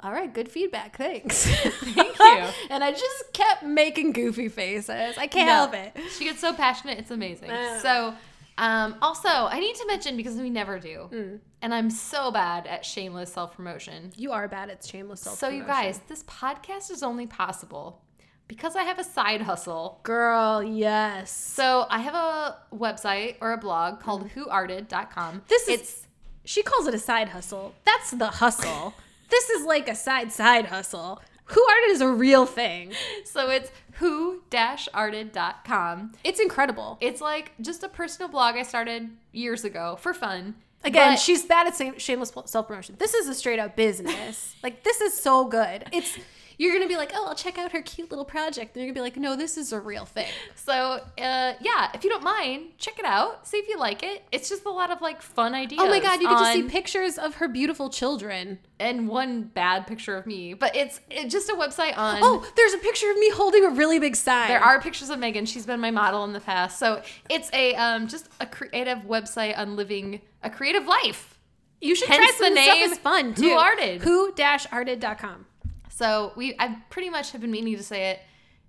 "All right, good feedback. Thanks." Thank
you.
and I just kept making goofy faces. I can't
No.
help it.
She gets so passionate, it's amazing.
Oh.
So, um, also, I need to mention because we never do,
Mm.
and I'm so bad at shameless self promotion.
You are bad at shameless self.
So, you guys, this podcast is only possible because I have a side hustle.
girl, yes.
So I have a website or a blog called
Mm-hmm.
whoarted.com.
This is
it's
she calls it a side hustle. That's the hustle. this is like a side side hustle. Who arted is a real thing.
so it's who-arted.com.
It's incredible.
It's like just a personal blog I started years ago for fun.
Again,
But-
she's bad at same, shameless self promotion. This is a straight up business. like this is so good. It's you're gonna be like, oh, I'll check out her cute little project, and you're gonna be like, no, this is a real thing.
So uh, yeah, if you don't mind, check it out. See if you like it. It's just a lot of like fun ideas.
Oh my god, you get to see
on-
pictures of her beautiful children.
and one bad picture of me, but it's it's just a website on.
Oh, there's a picture of me holding a really big sign.
There are pictures of Megan. She's been my model in the past. So it's a um, just a creative website on living a creative life.
you should
hence
try some
the
of this
name
stuff is fun
Who
too.
Arted.
Who dash arted.com.
So we, I pretty much have been meaning to say it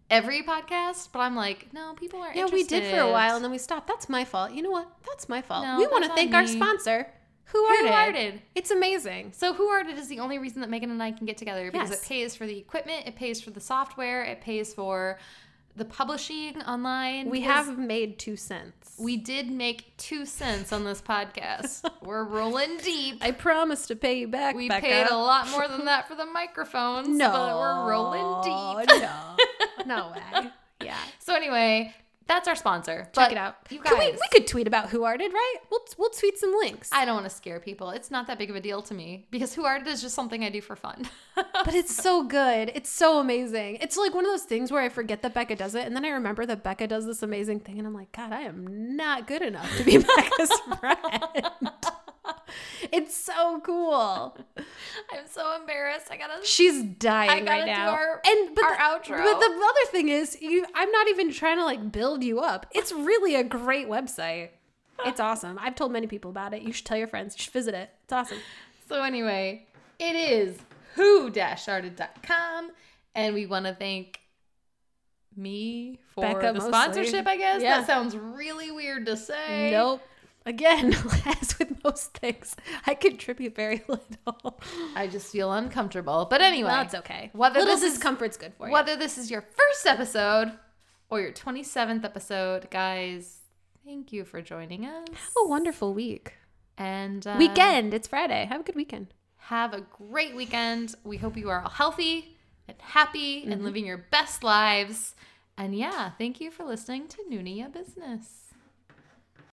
every podcast, but I'm like, no, people are.
Yeah, we did for a while and then we stopped. That's my fault. You know what? That's my fault.
No,
we want to
that's on
thank our
me.
sponsor, Who
Who
Arted.
Arted?
It's amazing.
So Who Arted is the only reason that Megan and I can get together because
Yes.
it pays for the equipment, it pays for the software, it pays for the publishing online.
We
because
have made two cents.
we did make two cents on this podcast. We're rolling deep.
I promised to pay you back.
We
Becca.
paid a lot more than that for the microphones,
No,
but we're rolling deep.
no, no way. Yeah.
So anyway, That's our sponsor.
Check
But
it out.
You guys,
Could we, we could tweet about who arted, right? We'll we'll tweet some links.
I don't want to scare people. It's not that big of a deal to me because who art is just something I do for fun.
but it's so good. It's so amazing. It's like one of those things where I forget that Becca does it, and then I remember that Becca does this amazing thing, and I'm like, God, I am not good enough to be Becca's friend. It's so cool.
I'm so embarrassed. I gotta.
She's dying
I gotta
right
do
now.
our-
and but
our
the,
outro.
But the other thing is, you. I'm not even trying to like build you up. It's really a great website. It's awesome. I've told many people about it. You should tell your friends. You should visit it. It's awesome.
So anyway, it is who-arted.com, and we want to thank me for
Becca
the
mostly.
sponsorship. I guess
Yeah.
that sounds really weird to say.
Nope. Again, as with most things, I contribute very little.
I just feel uncomfortable. But anyway,
That's okay.
Whether
little
this is
discomfort's good for you.
whether this is your first episode or your 27th episode, guys, thank you for joining us.
Have a wonderful week.
And uh,
Weekend. It's Friday. Have a good weekend.
Have a great weekend. We hope you are all healthy and happy and living your best lives. And yeah, thank you for listening to Nunia Business.